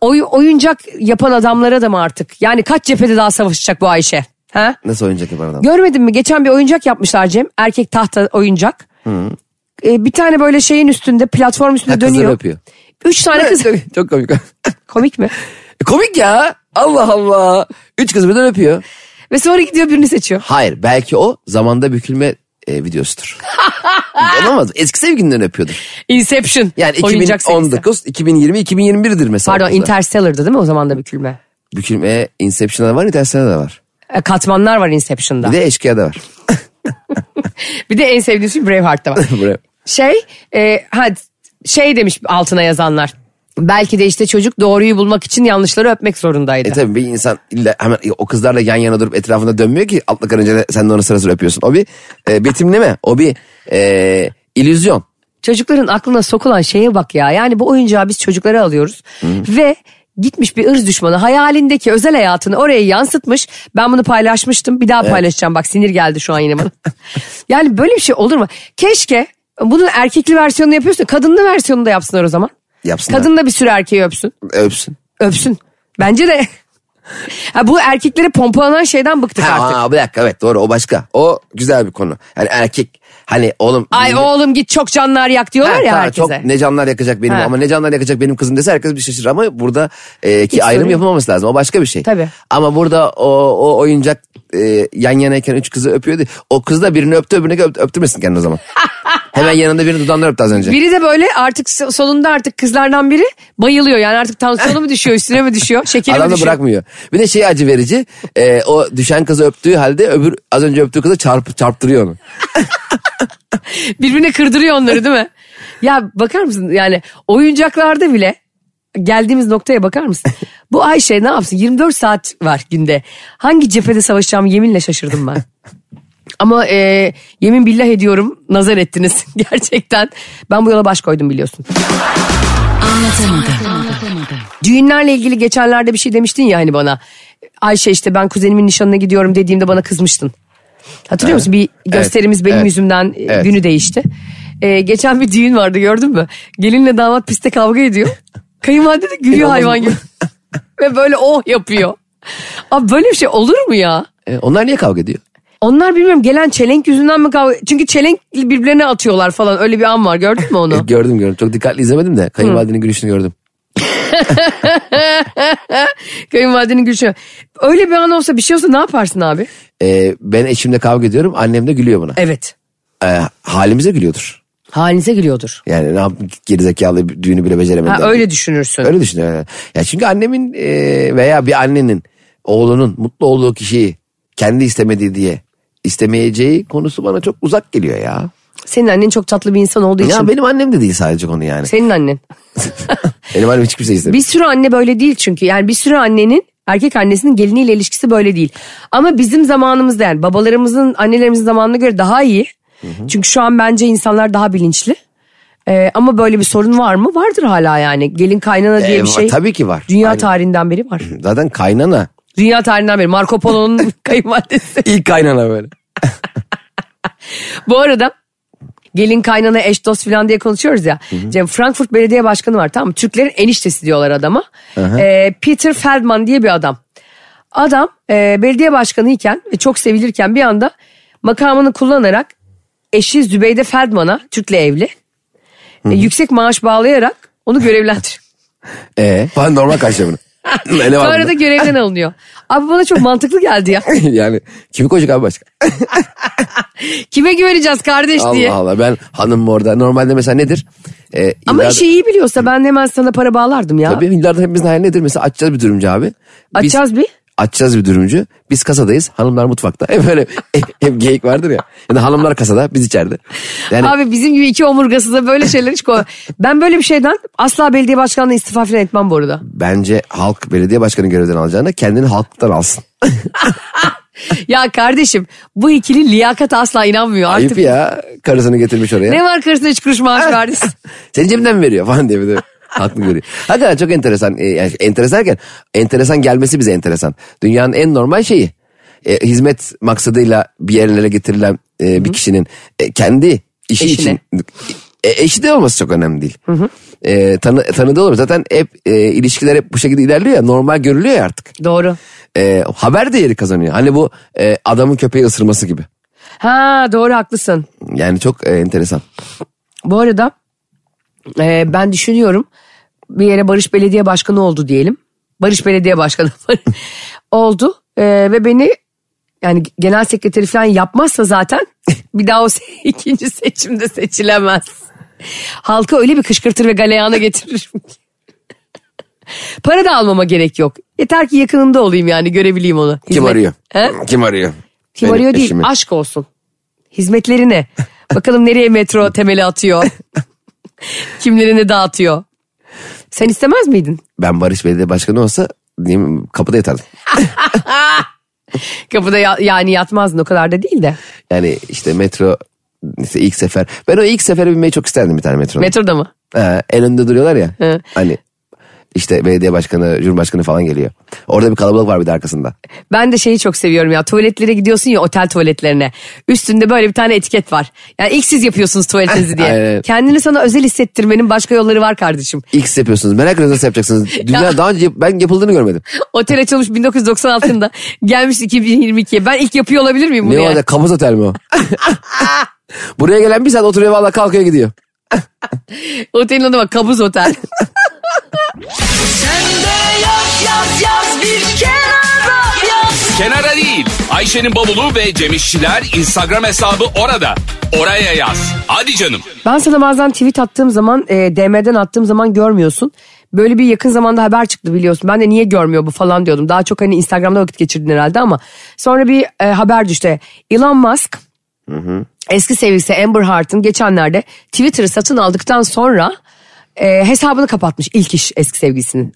Speaker 2: Oy- oyuncak yapan adamlara da mı artık yani kaç cephede daha savaşacak bu Ayşe? Ha?
Speaker 3: Nasıl oynayacak yapar adam?
Speaker 2: Görmedin mi? Geçen bir oyuncak yapmışlar Cem. Erkek tahta oyuncak. Ee, bir tane böyle şeyin üstünde platform üstünde
Speaker 3: Ha, kızları
Speaker 2: dönüyor.
Speaker 3: öpüyor.
Speaker 2: Üç tane kız.
Speaker 3: çok, çok komik. [LAUGHS]
Speaker 2: Komik mi?
Speaker 3: komik ya. Allah Allah. Üç kız birden öpüyor.
Speaker 2: Ve sonra gidiyor birini seçiyor.
Speaker 3: Hayır belki o zamanda bükülme
Speaker 2: [LAUGHS]
Speaker 3: e, videosudur. Olamaz. Eski sevgilinden öpüyordur.
Speaker 2: Inception.
Speaker 3: Yani
Speaker 2: Oyuncak serisi.
Speaker 3: 2019, 2020, 2021'dir mesela.
Speaker 2: Pardon
Speaker 3: kızlar.
Speaker 2: Interstellar'dı değil mi o zaman da bükülme?
Speaker 3: Bükülme Inception'da var, Interstellar'da da var.
Speaker 2: E, Katmanlar var Inception'da.
Speaker 3: Bir de Eşkıya'da
Speaker 2: [LAUGHS]
Speaker 3: var.
Speaker 2: Bir de en sevdiğim film Braveheart'ta
Speaker 3: [LAUGHS]
Speaker 2: var.
Speaker 3: Bravo.
Speaker 2: şey, e, ha, şey demiş altına yazanlar. Belki de işte çocuk doğruyu bulmak için yanlışları öpmek zorundaydı.
Speaker 3: E tabii bir insan illa hemen o kızlarla yan yana durup etrafında dönmüyor ki atla karınca sen de onu sıra sıra öpüyorsun. O bir e, betimleme, o bir e, illüzyon.
Speaker 2: Çocukların aklına sokulan şeye bak ya. Yani bu oyuncağı biz çocuklara alıyoruz. Ve gitmiş bir ırz düşmanı hayalindeki özel hayatını oraya yansıtmış. Ben bunu paylaşmıştım. Bir daha paylaşacağım. Bak sinir geldi şu an yine
Speaker 3: [LAUGHS]
Speaker 2: bana. yani böyle bir şey olur mu? Keşke bunun erkekli versiyonunu yapıyorsa kadınlı versiyonunu da yapsınlar o zaman.
Speaker 3: Yapsınlar.
Speaker 2: Kadın da bir sürü erkeği öpsün.
Speaker 3: Öpsün.
Speaker 2: Öpsün. Bence de. [LAUGHS] ha, bu erkeklere pompalanan şeyden bıktık
Speaker 3: Ha,
Speaker 2: artık.
Speaker 3: aa, bir dakika evet doğru o başka. O güzel bir konu. Yani erkek hani oğlum.
Speaker 2: Ay
Speaker 3: benim-
Speaker 2: oğlum git çok canlar yak
Speaker 3: Ha,
Speaker 2: diyorlar ya
Speaker 3: tamam,
Speaker 2: herkese.
Speaker 3: Çok ne canlar yakacak benim
Speaker 2: Ha.
Speaker 3: ama ne canlar yakacak benim kızım dese herkes bir şaşırır ama burada e, ki
Speaker 2: Hiç sorun
Speaker 3: ayrım
Speaker 2: yok.
Speaker 3: yapılmaması lazım o başka bir şey.
Speaker 2: Tabii.
Speaker 3: Ama burada o, o oyuncak e, yan yanayken üç kızı öpüyordu. O kız da birini öptü öbürüne öpt, öptürmesin kendini
Speaker 2: [LAUGHS]
Speaker 3: o zaman. Hemen yanında birini dudağından öptü az önce.
Speaker 2: Biri de böyle artık so- sonunda artık kızlardan biri bayılıyor. Yani artık tansiyonu mu düşüyor, üstüne mi düşüyor, şekeri mi
Speaker 3: Adam da
Speaker 2: düşüyor?
Speaker 3: bırakmıyor. Bir de şey acı verici. e, o düşen kızı öptüğü halde öbür az önce öptüğü kızı çarp, çarptırıyor onu.
Speaker 2: Birbirine kırdırıyor onları değil mi? ya bakar mısın yani oyuncaklarda bile geldiğimiz noktaya bakar mısın? Bu Ayşe ne yapsın 24 saat var günde. Hangi cephede savaşacağım yeminle şaşırdım ben. Ama e, yemin billah ediyorum nazar ettiniz [LAUGHS] gerçekten. Ben bu yola baş koydum biliyorsun. Düğünlerle ilgili geçenlerde bir şey demiştin ya hani bana. Ayşe işte ben kuzenimin nişanına gidiyorum dediğimde bana kızmıştın. Hatırlıyor musun? Bir gösterimiz benim
Speaker 3: evet,
Speaker 2: yüzümden e,
Speaker 3: evet.
Speaker 2: günü değişti. E, geçen bir düğün vardı gördün mü? Gelinle damat piste kavga
Speaker 3: [LAUGHS]
Speaker 2: ediyor. Kayınvalide de gülüyor hayvan gibi. Ve böyle oh yapıyor. Abi böyle bir şey olur mu ya?
Speaker 3: E, onlar niye kavga ediyor?
Speaker 2: Onlar bilmiyorum gelen çelenk yüzünden mi kavga... Çünkü çelenk birbirlerine atıyorlar falan öyle bir an var gördün mü
Speaker 3: E,
Speaker 2: onu?
Speaker 3: gördüm gördüm. Çok dikkatli izlemedim de kayınvalidenin gülüşünü gördüm.
Speaker 2: [LAUGHS] Kayınvalidenin gülüşü. Öyle bir an olsa bir şey olsa ne yaparsın abi?
Speaker 3: Ee, ben eşimle kavga ediyorum. Annem de gülüyor buna.
Speaker 2: Evet.
Speaker 3: Ee, halimize gülüyordur.
Speaker 2: Halinize gülüyordur.
Speaker 3: Yani ne yaptın gerizekalı bir düğünü bile beceremedi.
Speaker 2: Ha, öyle düşünürsün.
Speaker 3: Öyle düşünüyor. Ya çünkü annemin e, veya bir annenin oğlunun mutlu olduğu kişiyi kendi istemediği diye istemeyeceği konusu bana çok uzak geliyor ya.
Speaker 2: Senin annen çok tatlı bir insan olduğu için.
Speaker 3: Ya benim annem de değil sadece konu yani.
Speaker 2: Senin annen.
Speaker 3: Benim annem hiç kimse istemiyor.
Speaker 2: Bir sürü anne böyle değil çünkü. Yani bir sürü annenin erkek annesinin geliniyle ilişkisi böyle değil. Ama bizim zamanımızda yani babalarımızın annelerimizin zamanına göre daha iyi. Çünkü şu an bence insanlar daha bilinçli. Ee, ama böyle bir sorun var mı? Vardır hala yani. Gelin kaynana diye
Speaker 3: Ee,
Speaker 2: bir şey.
Speaker 3: tabii ki var.
Speaker 2: Dünya
Speaker 3: Aynen.
Speaker 2: tarihinden beri var.
Speaker 3: Zaten kaynana.
Speaker 2: Dünya tarihinden beri Marco
Speaker 3: [LAUGHS]
Speaker 2: Polo'nun kayınvalidesi.
Speaker 3: İlk kaynana böyle.
Speaker 2: [LAUGHS] Bu arada gelin kaynana eş dost falan diye konuşuyoruz ya. Cem Frankfurt Belediye Başkanı var tamam mı? Türklerin eniştesi diyorlar adama. Ee, Peter Feldman diye bir adam. Adam e, belediye başkanı iken ve çok sevilirken bir anda makamını kullanarak eşi Zübeyde Feldman'a Türk'le evli. e, yüksek maaş bağlayarak onu görevlendiriyor.
Speaker 3: Ee, ben normal karşıya bunu.
Speaker 2: [LAUGHS]
Speaker 3: Ele var
Speaker 2: Sonra
Speaker 3: bunda.
Speaker 2: da görevden alınıyor. Abi bana çok mantıklı geldi ya.
Speaker 3: [LAUGHS] yani kimi koyacak abi başka?
Speaker 2: Kime güveneceğiz kardeş [LAUGHS] diye.
Speaker 3: Allah Allah ben hanım orada. Normalde mesela nedir? Ee,
Speaker 2: Ama
Speaker 3: illa-
Speaker 2: işi iyi biliyorsa ben hemen sana para bağlardım ya.
Speaker 3: Tabii yıllardır hepimizin hayali nedir? Mesela açacağız bir dürümcü abi. Biz-
Speaker 2: Açacağız bir.
Speaker 3: Açacağız bir dürümcü. Biz kasadayız. Hanımlar mutfakta. [LAUGHS] Hep böyle hep, hep geyik vardır ya. Yani hanımlar kasada biz içeride. Yani
Speaker 2: Abi bizim gibi iki omurgası da böyle şeyler hiç
Speaker 3: [LAUGHS]
Speaker 2: koy. Ben böyle bir şeyden asla belediye başkanlığı istifa falan etmem bu arada.
Speaker 3: bence halk belediye başkanı görevden alacağına kendini halktan alsın.
Speaker 2: Ya kardeşim bu ikili liyakata asla inanmıyor artık.
Speaker 3: Ayıp ya. Karısını getirmiş oraya.
Speaker 2: Ne var karısına üç kuruş
Speaker 3: [LAUGHS]
Speaker 2: maaş verdi.
Speaker 3: Senin cebinden mi veriyor falan diye bir de haklı görüyor. Hakikaten çok enteresan. Ee, yani enteresan derken, enteresan gelmesi bize enteresan. Dünyanın en normal şeyi. E, hizmet maksadıyla bir yerlere getirilen e, bir kişinin e, kendi işi
Speaker 2: Eşine.
Speaker 3: için e, eşi de olması çok önemli değil. E, tanı, tanıdığı olur. Zaten hep e, ilişkiler hep bu şekilde ilerliyor ya normal görülüyor ya artık.
Speaker 2: Doğru.
Speaker 3: E, haber değeri kazanıyor. Hani bu e, adamın köpeği ısırması gibi.
Speaker 2: Ha doğru haklısın.
Speaker 3: Yani çok e, enteresan.
Speaker 2: Bu arada e, ben düşünüyorum bir yere Barış Belediye Başkanı oldu diyelim. Barış Belediye Başkanı [LAUGHS] oldu e, ve beni yani genel sekreteri falan yapmazsa zaten [LAUGHS] bir daha o se- ikinci seçimde seçilemez. Halka öyle bir kışkırtır ve galeyana getiririm ki. [LAUGHS] Para da almama gerek yok. Yeter ki yakınında olayım yani görebileyim onu.
Speaker 3: Kim
Speaker 2: Hizmet-
Speaker 3: arıyor?
Speaker 2: He?
Speaker 3: Kim arıyor?
Speaker 2: Kim
Speaker 3: Benim
Speaker 2: arıyor değil
Speaker 3: eşimi.
Speaker 2: aşk olsun. Hizmetlerine.
Speaker 3: [LAUGHS]
Speaker 2: Bakalım nereye metro temeli atıyor. Kimlerine dağıtıyor. Sen istemez miydin?
Speaker 3: ben Barış Belediye Başkanı olsa değil mi, kapıda yatardım.
Speaker 2: Kapıda ya- yani yatmazdın o kadar da değil de.
Speaker 3: Yani işte metro işte ilk sefer. Ben o ilk sefere binmeyi çok isterdim bir tane metronun.
Speaker 2: Metroda mı?
Speaker 3: Ee, en önde duruyorlar ya.
Speaker 2: Hı.
Speaker 3: Hani işte belediye başkanı, cumhurbaşkanı falan geliyor. Orada bir kalabalık var bir de arkasında.
Speaker 2: Ben de şeyi çok seviyorum ya tuvaletlere gidiyorsun ya otel tuvaletlerine. Üstünde böyle bir tane etiket var. Yani ilk siz yapıyorsunuz tuvaletinizi
Speaker 3: [LAUGHS]
Speaker 2: diye.
Speaker 3: Aynen.
Speaker 2: Kendini sana özel hissettirmenin başka yolları var kardeşim.
Speaker 3: İlk siz yapıyorsunuz. Merak ediyorum nasıl yapacaksınız. Dünya daha önce yap- ben yapıldığını görmedim.
Speaker 2: Otel açılmış 1996'da [LAUGHS] gelmiş 2022'ye. Ben ilk yapıyor olabilir miyim bunu
Speaker 3: Ne
Speaker 2: yani?
Speaker 3: olacak? Kabus otel mi o? [LAUGHS] Buraya gelen bir saat oturuyor valla kalkıyor gidiyor.
Speaker 2: Otelin adı bak kabuz otel.
Speaker 1: Kenara değil. Ayşe'nin bavulu ve Cemişçiler Instagram hesabı orada. Oraya yaz. Hadi canım.
Speaker 2: Ben sana bazen tweet attığım zaman e, DM'den attığım zaman görmüyorsun. Böyle bir yakın zamanda haber çıktı biliyorsun. Ben de niye görmüyor bu falan diyordum. Daha çok hani Instagram'da vakit geçirdin herhalde ama. Sonra bir e, haber düştü. Elon Musk eski sevgilisi Amber Heard'ın geçenlerde Twitter'ı satın aldıktan sonra e, hesabını kapatmış ilk iş eski sevgilisinin.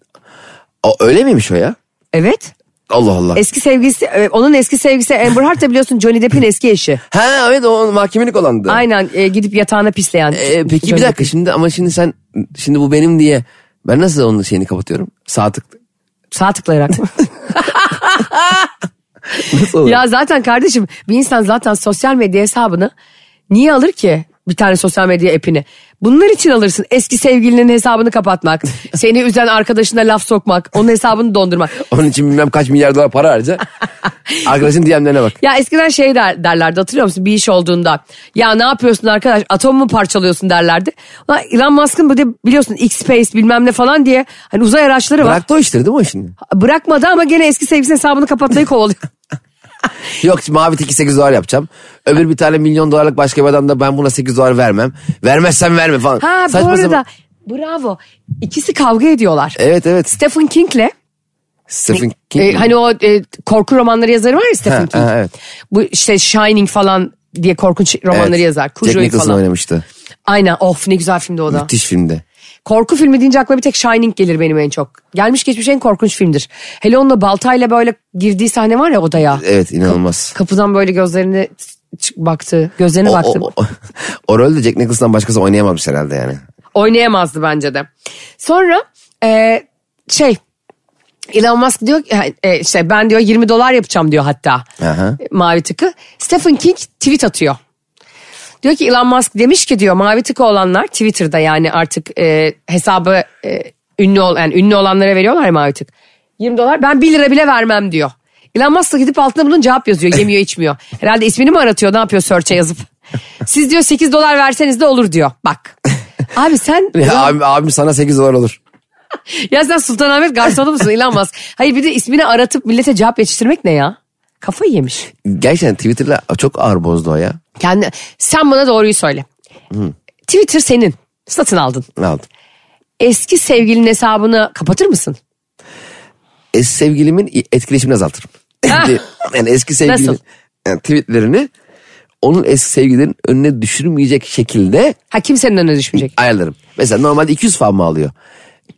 Speaker 3: O, öyle miymiş o ya?
Speaker 2: Evet.
Speaker 3: Allah Allah.
Speaker 2: Eski sevgilisi, e, onun eski sevgilisi Amber Heard da biliyorsun Johnny Depp'in eski eşi.
Speaker 3: ha evet o mahkemelik olandı.
Speaker 2: Aynen e, gidip yatağına pisleyen.
Speaker 3: Ee, peki
Speaker 2: Johnny Depp.
Speaker 3: bir dakika şimdi ama şimdi sen şimdi bu benim diye ben nasıl onun şeyini kapatıyorum? Sağ [LAUGHS] tık
Speaker 2: Sağ tıklayarak.
Speaker 3: nasıl olur?
Speaker 2: Ya zaten kardeşim bir insan zaten sosyal medya hesabını niye alır ki? bir tane sosyal medya app'ini. Bunlar için alırsın. Eski sevgilinin hesabını
Speaker 3: [LAUGHS]
Speaker 2: kapatmak, seni üzen arkadaşına laf sokmak, onun hesabını dondurmak.
Speaker 3: Onun için bilmem kaç milyar dolar para
Speaker 2: [LAUGHS]
Speaker 3: harca. Arkadaşın DM'lerine bak.
Speaker 2: Ya eskiden şey der, derlerdi hatırlıyor musun bir iş olduğunda. Ya ne yapıyorsun arkadaş atom mu parçalıyorsun derlerdi. Ulan Elon Musk'ın bu de biliyorsun X-Space bilmem ne falan diye hani uzay araçları var.
Speaker 3: Bıraktı o işleri değil mi o şimdi?
Speaker 2: Bırakmadı ama gene eski sevgilisinin hesabını kapatmayı
Speaker 3: [LAUGHS]
Speaker 2: kovalıyor.
Speaker 3: Yok mavi teki 8 dolar yapacağım. Öbür bir tane milyon dolarlık başka bir adam da ben buna 8 dolar vermem. Vermezsen verme falan.
Speaker 2: Ha bu
Speaker 3: Saçma
Speaker 2: arada
Speaker 3: sapan- E-
Speaker 2: bravo ikisi kavga ediyorlar.
Speaker 3: Evet evet.
Speaker 2: Stephen King'le
Speaker 3: Stephen King.
Speaker 2: e, hani o e, korku romanları yazarı var ya Stephen
Speaker 3: Ha,
Speaker 2: King.
Speaker 3: ha, evet.
Speaker 2: Bu işte Shining falan diye korkunç romanları yazar.
Speaker 3: Jack
Speaker 2: Cujo'yu
Speaker 3: Nicholson
Speaker 2: falan.
Speaker 3: oynamıştı.
Speaker 2: Aynen of ne güzel filmdi o da.
Speaker 3: Müthiş filmde.
Speaker 2: Korku filmi deyince aklıma bir tek Shining gelir benim en çok. Gelmiş geçmiş en korkunç filmdir. Hele onunla baltayla böyle girdiği sahne var ya odaya.
Speaker 3: Evet inanılmaz.
Speaker 2: Kapıdan böyle gözlerine çık- baktı. Gözlerine
Speaker 3: O,
Speaker 2: baktı.
Speaker 3: o, o, [LAUGHS] o rolde Jack Nicholson'dan başkası oynayamamış herhalde yani.
Speaker 2: Oynayamazdı bence de. Sonra e, şey Elon Musk diyor ki, e, işte ben diyor 20 dolar yapacağım diyor hatta.
Speaker 3: Aha.
Speaker 2: E, Mavi tıkı. Stephen King tweet atıyor. Diyor ki Elon Musk demiş ki diyor mavi tıkı olanlar Twitter'da yani artık e, hesabı e, ünlü ol, yani ünlü olanlara veriyorlar ya mavi tık. 20 dolar ben 1 lira bile vermem diyor. Elon Musk da gidip altına bunun cevap yazıyor yemiyor içmiyor. Herhalde ismini mi aratıyor ne yapıyor search'e yazıp. Siz diyor 8 dolar verseniz de olur diyor
Speaker 3: [LAUGHS]
Speaker 2: bak. Abi sen
Speaker 3: Ya, abim, abim sana 8 dolar olur.
Speaker 2: ya sen Sultanahmet garsonu musun Elon Musk? Hayır bir de ismini aratıp millete cevap yetiştirmek ne ya? Kafayı yemiş.
Speaker 3: Gerçekten Twitter'la çok ağır bozdu o ya.
Speaker 2: Kendi, sen bana doğruyu söyle. Twitter senin. Satın aldın.
Speaker 3: Ne aldım?
Speaker 2: Eski sevgilinin hesabını kapatır mısın?
Speaker 3: Eski sevgilimin etkileşimini azaltırım. [LAUGHS] yani eski sevgilimin
Speaker 2: Ah! Nasıl?
Speaker 3: yani tweetlerini onun eski sevgililerin önüne düşürmeyecek şekilde
Speaker 2: Ha kimsenin önüne düşmeyecek.
Speaker 3: ayarlarım. Mesela normalde 200 fav mı alıyor?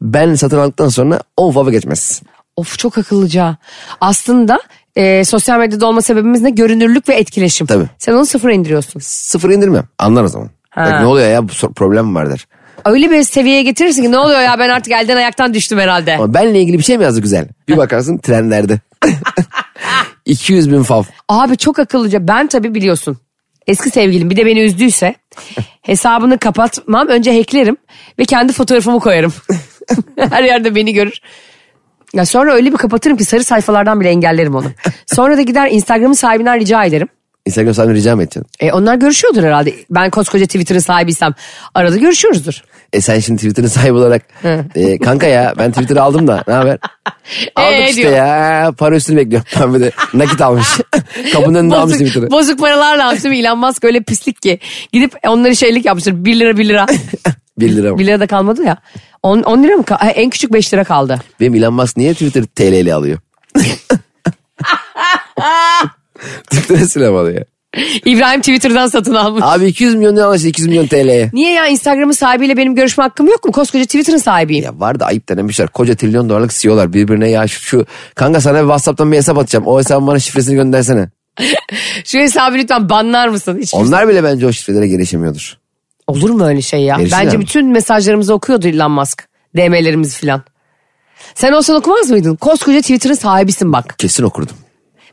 Speaker 3: Ben satın aldıktan sonra 10 fava geçmez.
Speaker 2: Of çok akıllıca. Aslında e, sosyal medyada olma sebebimiz ne? Görünürlük ve etkileşim.
Speaker 3: Tabii.
Speaker 2: Sen onu sıfıra indiriyorsun.
Speaker 3: Sıfır indirmem. Anlar o zaman.
Speaker 2: Ha.
Speaker 3: Bak, ne oluyor ya bu sor- problem mi var der.
Speaker 2: Öyle bir seviyeye getirirsin ki ne oluyor ya ben artık elden ayaktan düştüm herhalde.
Speaker 3: Ama benle ilgili bir şey mi yazdı güzel?
Speaker 2: [LAUGHS]
Speaker 3: Bir bakarsın [LAUGHS] trendlerde. 200 bin fav.
Speaker 2: Abi çok akıllıca. Ben tabii biliyorsun. Eski sevgilim bir de beni
Speaker 3: [LAUGHS]
Speaker 2: üzdüyse hesabını kapatmam. Önce hacklerim ve kendi fotoğrafımı koyarım.
Speaker 3: [LAUGHS]
Speaker 2: Her yerde beni görür. Ya sonra öyle bir kapatırım ki sarı sayfalardan bile engellerim onu. Sonra da gider Instagram'ın sahibinden rica ederim.
Speaker 3: Instagram sahibi rica mı edeceksin?
Speaker 2: E, onlar görüşüyordur herhalde. Ben koskoca Twitter'ın sahibiysem arada görüşüyoruzdur.
Speaker 3: E sen şimdi Twitter'ın sahibi olarak e, kanka ya ben Twitter'ı aldım da
Speaker 2: [LAUGHS]
Speaker 3: ne haber? Aldık
Speaker 2: Ee,
Speaker 3: işte
Speaker 2: diyor.
Speaker 3: ya para üstünü bekliyorum. [LAUGHS] Ben bir de
Speaker 2: [LAUGHS]
Speaker 3: nakit almış. Kapının önünde almış Twitter'ı.
Speaker 2: Bozuk, bozuk paralarla almış değil mi? Elon Musk öyle pislik ki. Gidip onları şeylik yapmıştır. 1 lira 1 lira.
Speaker 3: [LAUGHS] 1 lira mı?
Speaker 2: 1 lira da kalmadı ya. 10, 10 lira mı? kal- Ha, En küçük 5 lira kaldı.
Speaker 3: Benim Elon Musk niye Twitter TL
Speaker 2: [LAUGHS]
Speaker 3: ile alıyor? Twitter'ı silahım alıyor.
Speaker 2: İbrahim Twitter'dan satın almış.
Speaker 3: Abi 200 milyon ne anlaştı 200 milyon TL'ye.
Speaker 2: Niye ya Instagram'ın sahibiyle benim görüşme hakkım yok mu? Koskoca Twitter'ın sahibiyim.
Speaker 3: Ya var da ayıp denemişler. Koca trilyon dolarlık CEO'lar birbirine ya şu, şu kanka sana WhatsApp'tan bir hesap atacağım. O hesabın bana şifresini göndersene.
Speaker 2: Şu hesabı lütfen banlar mısın? Hiç
Speaker 3: Onlar bile bence o şifrelere gelişemiyordur.
Speaker 2: Olur mu öyle şey ya?
Speaker 3: Erişiler
Speaker 2: Bence
Speaker 3: mi?
Speaker 2: bütün mesajlarımızı okuyordu Elon Musk. DM'lerimizi filan. Sen olsan okumaz mıydın? Koskoca Twitter'ın sahibisin bak.
Speaker 3: Kesin okurdum.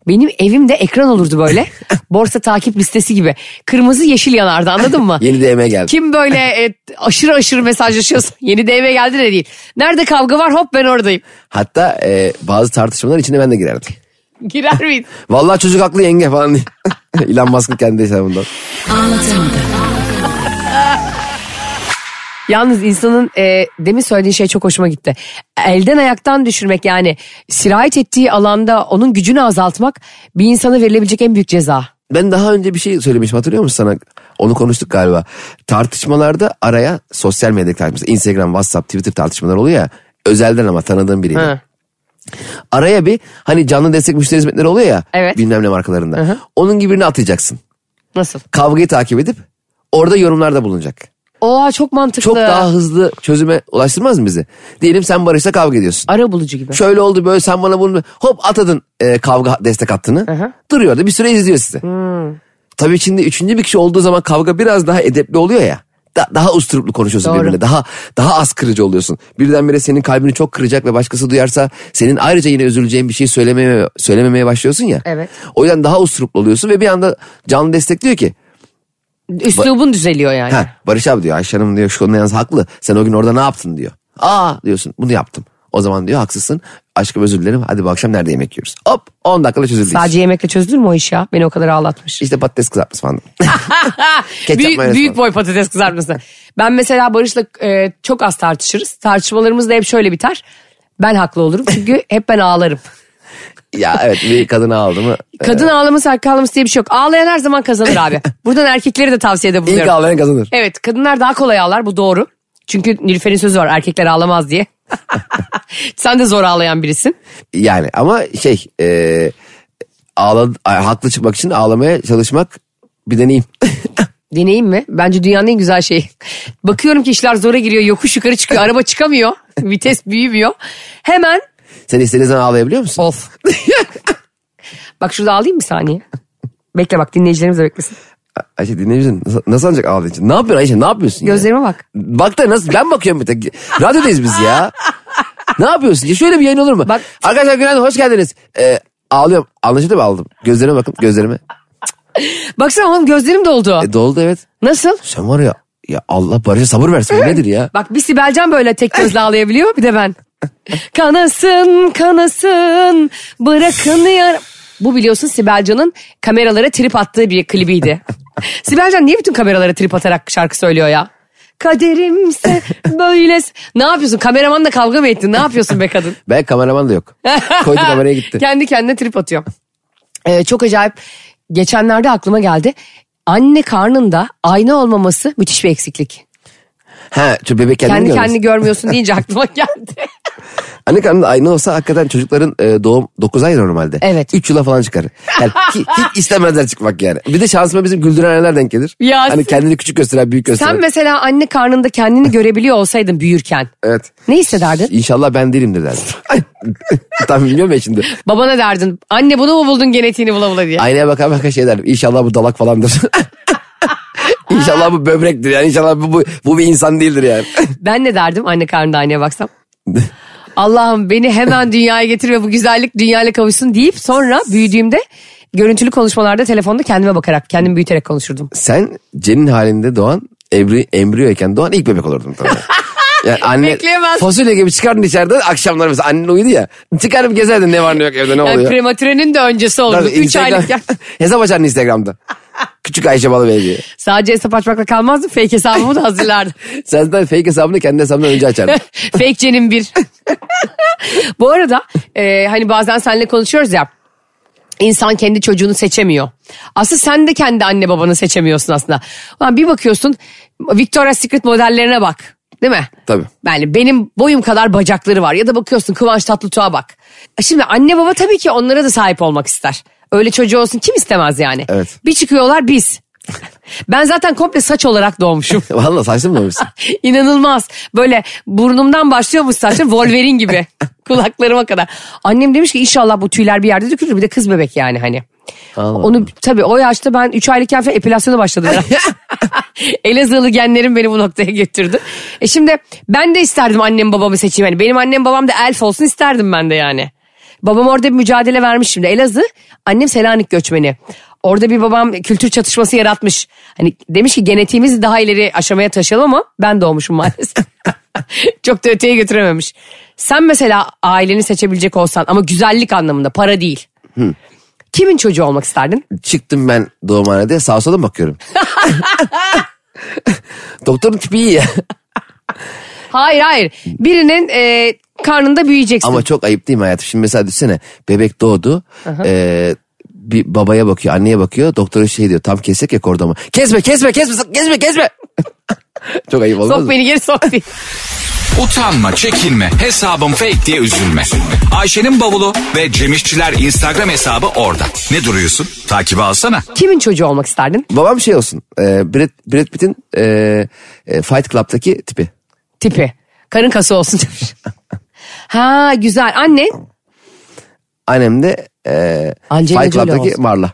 Speaker 2: Benim evimde ekran olurdu böyle.
Speaker 3: [LAUGHS]
Speaker 2: Borsa takip listesi gibi. Kırmızı yeşil yanardı anladın mı?
Speaker 3: [LAUGHS] Yeni DM geldi.
Speaker 2: Kim böyle e, aşırı aşırı mesajlaşıyorsa yeni DM geldi de değil. Nerede kavga var hop ben oradayım.
Speaker 3: Hatta e, bazı tartışmalar içine ben de girerdim.
Speaker 2: Girer miyiz?
Speaker 3: Vallahi çocuk haklı yenge falan diye. [LAUGHS] Elon Musk'ın kendi hesabından.
Speaker 2: [LAUGHS] Yalnız insanın e, demin söylediğin şey çok hoşuma gitti. Elden ayaktan düşürmek yani sirayet ettiği alanda onun gücünü azaltmak bir insana verilebilecek en büyük ceza.
Speaker 3: Ben daha önce bir şey söylemiştim hatırlıyor musun sana? Onu konuştuk galiba. Tartışmalarda araya sosyal medya tartışması. Instagram, WhatsApp, Twitter tartışmalar oluyor ya. Özelden ama tanıdığım biriyle.
Speaker 2: Hı.
Speaker 3: Araya bir hani canlı destek müşteri hizmetleri oluyor ya.
Speaker 2: Evet.
Speaker 3: Bilmem ne markalarında. Onun gibi birini atacaksın.
Speaker 2: Nasıl?
Speaker 3: Kavgayı takip edip orada yorumlarda bulunacak.
Speaker 2: Oha çok mantıklı.
Speaker 3: Çok daha hızlı çözüme ulaştırmaz mı bizi? Diyelim sen Barış'la kavga ediyorsun.
Speaker 2: Ara bulucu gibi.
Speaker 3: Şöyle oldu böyle sen bana bunu hop atadın e, kavga destek hattını. Duruyor da bir süre izliyor sizi.
Speaker 2: Hmm.
Speaker 3: Tabii şimdi üçüncü bir kişi olduğu zaman kavga biraz daha edepli oluyor ya. Da- daha usturuplu konuşuyorsun
Speaker 2: Doğru.
Speaker 3: birbirine. Daha daha az kırıcı oluyorsun. Birdenbire senin kalbini çok kıracak ve başkası duyarsa senin ayrıca yine üzüleceğin bir şey söylememeye söylememeye başlıyorsun ya.
Speaker 2: Evet.
Speaker 3: O yüzden daha usturuplu oluyorsun ve bir anda canlı destek diyor ki
Speaker 2: Üslubun düzeliyor yani.
Speaker 3: Ha, Barış abi diyor Ayşe Hanım diyor şu konuda yalnız haklı. Sen o gün orada ne yaptın diyor. Aa diyorsun bunu yaptım. O zaman diyor haksızsın. Aşkım özür dilerim. Hadi bu akşam nerede yemek yiyoruz? Hop 10 dakikada çözüldü iş.
Speaker 2: Sadece yemekle çözülür mü o iş ya? Beni o kadar ağlatmış.
Speaker 3: İşte patates kızartması falan. [LAUGHS] Ketçap
Speaker 2: büyük,
Speaker 3: mayonez
Speaker 2: büyük
Speaker 3: falan.
Speaker 2: boy patates kızartması. ben mesela Barış'la e, çok az tartışırız. Tartışmalarımız da hep şöyle biter. Ben haklı olurum
Speaker 3: [LAUGHS]
Speaker 2: çünkü hep ben ağlarım.
Speaker 3: ya evet bir kadını aldı mı?
Speaker 2: Kadın ağlaması erkek ağlaması diye bir şey yok. Ağlayan her zaman kazanır [LAUGHS] abi. Buradan erkekleri de tavsiyede
Speaker 3: İlk
Speaker 2: bulunuyorum.
Speaker 3: ağlayan kazanır.
Speaker 2: Evet kadınlar daha kolay ağlar bu doğru. Çünkü Nilüfer'in sözü var erkekler ağlamaz [LAUGHS] diye. Sen de zor ağlayan birisin.
Speaker 3: Yani ama şey e, ağla, a- haklı çıkmak için ağlamaya çalışmak bir deneyim. [LAUGHS]
Speaker 2: Deneyim mi? Bence dünyanın en güzel şeyi. Bakıyorum ki işler zora giriyor yokuş yukarı çıkıyor araba çıkamıyor. [LAUGHS] Vites büyümüyor. Hemen
Speaker 3: Sen istediğin zaman ağlayabiliyor musun?
Speaker 2: Of. [LAUGHS] bak şurada ağlayayım bir saniye. Bekle bak dinleyicilerimiz de beklesin.
Speaker 3: Ayşe dinleyicisin nasıl, nasıl ancak ağladığın için? Ne yapıyorsun Ayşe ne yapıyorsun? ya?
Speaker 2: Gözlerime bak.
Speaker 3: Bak da nasıl ben bakıyorum bir tek. Radyodayız biz ya. ne yapıyorsun? Ya şöyle bir yayın olur mu?
Speaker 2: Bak-
Speaker 3: Arkadaşlar günaydın hoş geldiniz. Ee, ağlıyorum. Anlaşıldı mı aldım? Gözlerime bakın gözlerime.
Speaker 2: Baksana oğlum gözlerim doldu.
Speaker 3: E, doldu evet.
Speaker 2: Nasıl?
Speaker 3: Sen var ya ya Allah Barış'a sabır versin. Bu nedir ya?
Speaker 2: Bak bir Sibelcan böyle tek gözle ağlayabiliyor bir de ben. Kanasın kanasın bırakın yar... Bu biliyorsun Sibelcan'ın kameralara trip attığı bir klibiydi. Sibelcan niye bütün kameralara trip atarak şarkı söylüyor ya? Kaderimse böyle... Ne yapıyorsun? Kameramanla kavga mı ettin? Ne yapıyorsun be kadın?
Speaker 3: Ben kameraman da yok. Koydu kameraya gitti.
Speaker 2: Kendi kendine trip atıyor. Ee, çok acayip. Geçenlerde aklıma geldi. Anne karnında ayna olmaması müthiş bir eksiklik.
Speaker 3: ha, şu bebek kendini
Speaker 2: Kendi
Speaker 3: görmesin.
Speaker 2: kendini görmüyorsun deyince aklıma geldi.
Speaker 3: Anne karnında aynı olsa hakikaten çocukların e, doğum 9 ay normalde.
Speaker 2: Evet.
Speaker 3: 3 yıla falan çıkar. Yani ki- hiç istemezler çıkmak yani. Bir de şansıma bizim güldüren anneler denk gelir.
Speaker 2: Ya
Speaker 3: Hani
Speaker 2: siz-
Speaker 3: kendini küçük gösteren büyük gösteren.
Speaker 2: Sen mesela anne karnında kendini
Speaker 3: [LAUGHS]
Speaker 2: görebiliyor olsaydın büyürken.
Speaker 3: Evet.
Speaker 2: Ne hissederdin?
Speaker 3: İnşallah ben değilimdir derdim. [LAUGHS] Tam bilmiyorum ya şimdi.
Speaker 2: Babana derdin. Anne bunu mu buldun genetiğini bula bula diye.
Speaker 3: Aynaya bakar bakar şey derdim. İnşallah bu dalak falandır. [LAUGHS] İnşallah bu böbrektir yani. İnşallah bu, bu, bu bir insan
Speaker 2: [LAUGHS]
Speaker 3: değildir yani.
Speaker 2: Ben ne derdim anne karnında aynaya
Speaker 3: [LAUGHS]
Speaker 2: baksam? Allah'ım beni hemen dünyaya getir ve bu güzellik dünyayla kavuşsun deyip sonra büyüdüğümde görüntülü konuşmalarda telefonda kendime bakarak kendimi büyüterek konuşurdum.
Speaker 3: Sen Cen'in halinde doğan emri, embriyoyken doğan ilk bebek olurdun tabii. Yani anne
Speaker 2: Bekleyemez.
Speaker 3: fasulye gibi çıkardın içeriden akşamları mesela annen uyudu ya. Çıkarıp gezerdin ne var ne yok evde ne
Speaker 2: Yani
Speaker 3: oluyor.
Speaker 2: prematürenin de öncesi oldu.
Speaker 3: Tabii,
Speaker 2: 3
Speaker 3: Instagram-
Speaker 2: aylıkken.
Speaker 3: [LAUGHS] Hesap açardın Instagram'da. Küçük Ayşe Balıbey diye.
Speaker 2: [LAUGHS] Sadece hesap açmakla kalmazdım. Fake hesabımı
Speaker 3: [LAUGHS]
Speaker 2: da hazırlardım.
Speaker 3: Sen zaten fake hesabını kendi hesabından
Speaker 2: [LAUGHS]
Speaker 3: önce açardın.
Speaker 2: Fake Cen'in
Speaker 3: [LAUGHS]
Speaker 2: bir. Bu arada e, hani bazen seninle konuşuyoruz ya. İnsan kendi çocuğunu seçemiyor. Aslında sen de kendi anne babanı seçemiyorsun aslında. Ulan bir bakıyorsun Victoria's Secret modellerine bak. Değil mi?
Speaker 3: Tabii.
Speaker 2: Yani benim boyum kadar bacakları var. Ya da bakıyorsun Kıvanç Tatlıtuğ'a bak. E Şimdi anne baba tabii ki onlara da sahip olmak ister. Öyle çocuğu olsun kim istemez yani.
Speaker 3: Evet.
Speaker 2: Bir çıkıyorlar biz. [LAUGHS] Ben zaten komple saç olarak doğmuşum.
Speaker 3: Valla saçlı mı olmuşsun?
Speaker 2: [LAUGHS] İnanılmaz. Böyle burnumdan başlıyormuş saçlar Wolverine
Speaker 3: [LAUGHS]
Speaker 2: gibi. Kulaklarıma kadar. Annem demiş ki inşallah bu tüyler bir yerde dökülür. Bir de kız bebek yani hani.
Speaker 3: Allah
Speaker 2: Onu tabii o yaşta ben 3 aylıkken falan epilasyona
Speaker 3: [LAUGHS]
Speaker 2: başladım. herhalde. Elazığlı genlerim beni bu noktaya getirdi. E şimdi ben de isterdim annem babamı seçeyim. Yani benim annem babam da elf olsun isterdim ben de yani. Babam orada bir mücadele vermiş şimdi. Elazığ annem Selanik göçmeni. Orada bir babam kültür çatışması yaratmış. Hani demiş ki genetiğimizi daha ileri aşamaya taşıyalım ama ben doğmuşum maalesef. [LAUGHS] Çok da öteye götürememiş. Sen mesela aileni seçebilecek olsan ama güzellik anlamında para değil. Kimin çocuğu olmak isterdin?
Speaker 3: Çıktım ben doğumhanede sağa sola
Speaker 2: [LAUGHS]
Speaker 3: mı bakıyorum? Doktorun tipi
Speaker 2: [LAUGHS]
Speaker 3: iyi ya.
Speaker 2: Hayır hayır. Birinin e, karnında büyüyeceksin.
Speaker 3: Ama çok ayıp değil mi hayatım? Şimdi mesela düşünsene bebek doğdu. eee, bir babaya bakıyor, anneye bakıyor. Doktora şey diyor tam kesek ya kordomu. Kesme kesme kesme kesme kesme. [LAUGHS] çok ayıp olmaz
Speaker 2: sok
Speaker 3: mı?
Speaker 2: beni geri sok diye.
Speaker 1: Utanma, çekinme, hesabım fake diye üzülme. Ayşe'nin bavulu ve Cemişçiler Instagram hesabı orada. Ne duruyorsun? Takibi alsana.
Speaker 2: Kimin çocuğu olmak isterdin?
Speaker 3: Babam şey olsun. eee Brad, Brad Pitt'in eee, e, Fight Club'taki tipi.
Speaker 2: Tipi. Karın kası olsun demiş. ha güzel. Anne.
Speaker 3: Annem de eee,
Speaker 2: Angelina
Speaker 3: Fight
Speaker 2: Jolie
Speaker 3: Club'taki
Speaker 2: olsun. [LAUGHS]
Speaker 3: Marla.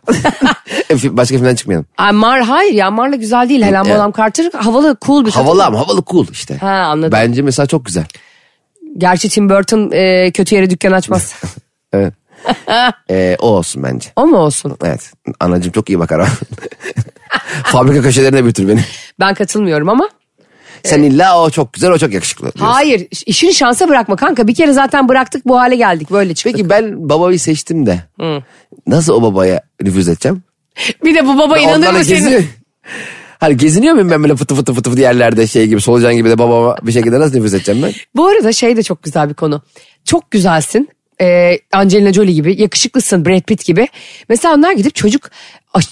Speaker 3: Başka filmden çıkmayalım.
Speaker 2: Ay, Mar hayır ya Marla güzel değil. Helen
Speaker 3: Evet.
Speaker 2: Bonham Carter havalı cool bir kadın.
Speaker 3: Havalı ama havalı cool işte.
Speaker 2: Ha, anladım.
Speaker 3: Bence mesela çok güzel.
Speaker 2: Gerçi Tim Burton e, kötü yere dükkan açmaz.
Speaker 3: [LAUGHS] Evet. Eee, Ee, o olsun bence.
Speaker 2: o mu olsun?
Speaker 3: Evet. Anacığım çok iyi bakar. [LAUGHS] Fabrika köşelerine götür beni.
Speaker 2: Ben katılmıyorum ama.
Speaker 3: Sen illa o çok güzel o çok yakışıklı. diyorsun.
Speaker 2: Hayır işini şansa bırakma kanka. Bir kere zaten bıraktık bu hale geldik böyle çıktık.
Speaker 3: Peki ben babayı seçtim de. Nasıl o babaya nüfuz edeceğim?
Speaker 2: Bir de bu baba inanır
Speaker 3: Onlarla
Speaker 2: mı senin?
Speaker 3: gezi- Hani geziniyor muyum ben böyle fıtı fıtı fıtı fıtı yerlerde şey gibi solucan gibi de babama bir şekilde nasıl nüfuz
Speaker 2: [LAUGHS]
Speaker 3: edeceğim ben?
Speaker 2: Bu arada şey de çok güzel bir konu. Çok güzelsin. Ee, Angelina Jolie gibi yakışıklısın Brad Pitt gibi. Mesela onlar gidip çocuk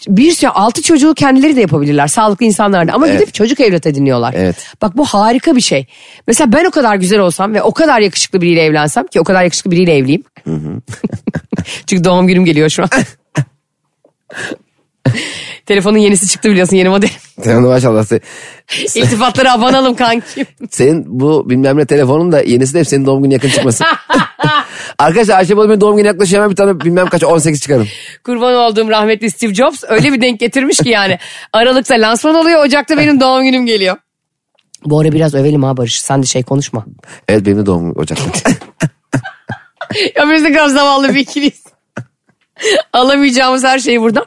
Speaker 2: bir sürü altı çocuğu kendileri de yapabilirler. Sağlıklı insanlar da ama gidip çocuk evlat ediniyorlar.
Speaker 3: Evet.
Speaker 2: Bak bu harika bir şey. Mesela ben o kadar güzel olsam ve o kadar yakışıklı biriyle evlensem ki o kadar yakışıklı biriyle evliyim. [LAUGHS] Çünkü doğum günüm geliyor şu an. Telefonun yenisi çıktı biliyorsun yeni model.
Speaker 3: Sen onu maşallah. se-
Speaker 2: İltifatlara abanalım kankim.
Speaker 3: Senin bu bilmem ne telefonun da yenisi de hep senin doğum günü
Speaker 2: [LAUGHS]
Speaker 3: yakın çıkmasın. Arkadaşlar Ayşe Balı benim doğum günü yaklaşıyor hemen bir tane bilmem kaç 18 çıkarım.
Speaker 2: Kurban olduğum rahmetli Steve Jobs öyle bir denk getirmiş ki yani. Aralıkta lansman oluyor, Ocak'ta benim doğum günüm geliyor. Bu ara biraz övelim ha Barış. Sen de şey konuşma.
Speaker 3: Evet benim de doğum günü Ocak'ta.
Speaker 2: ya biz de kadar zavallı bir ikiliyiz. Alamayacağımız her şeyi buradan.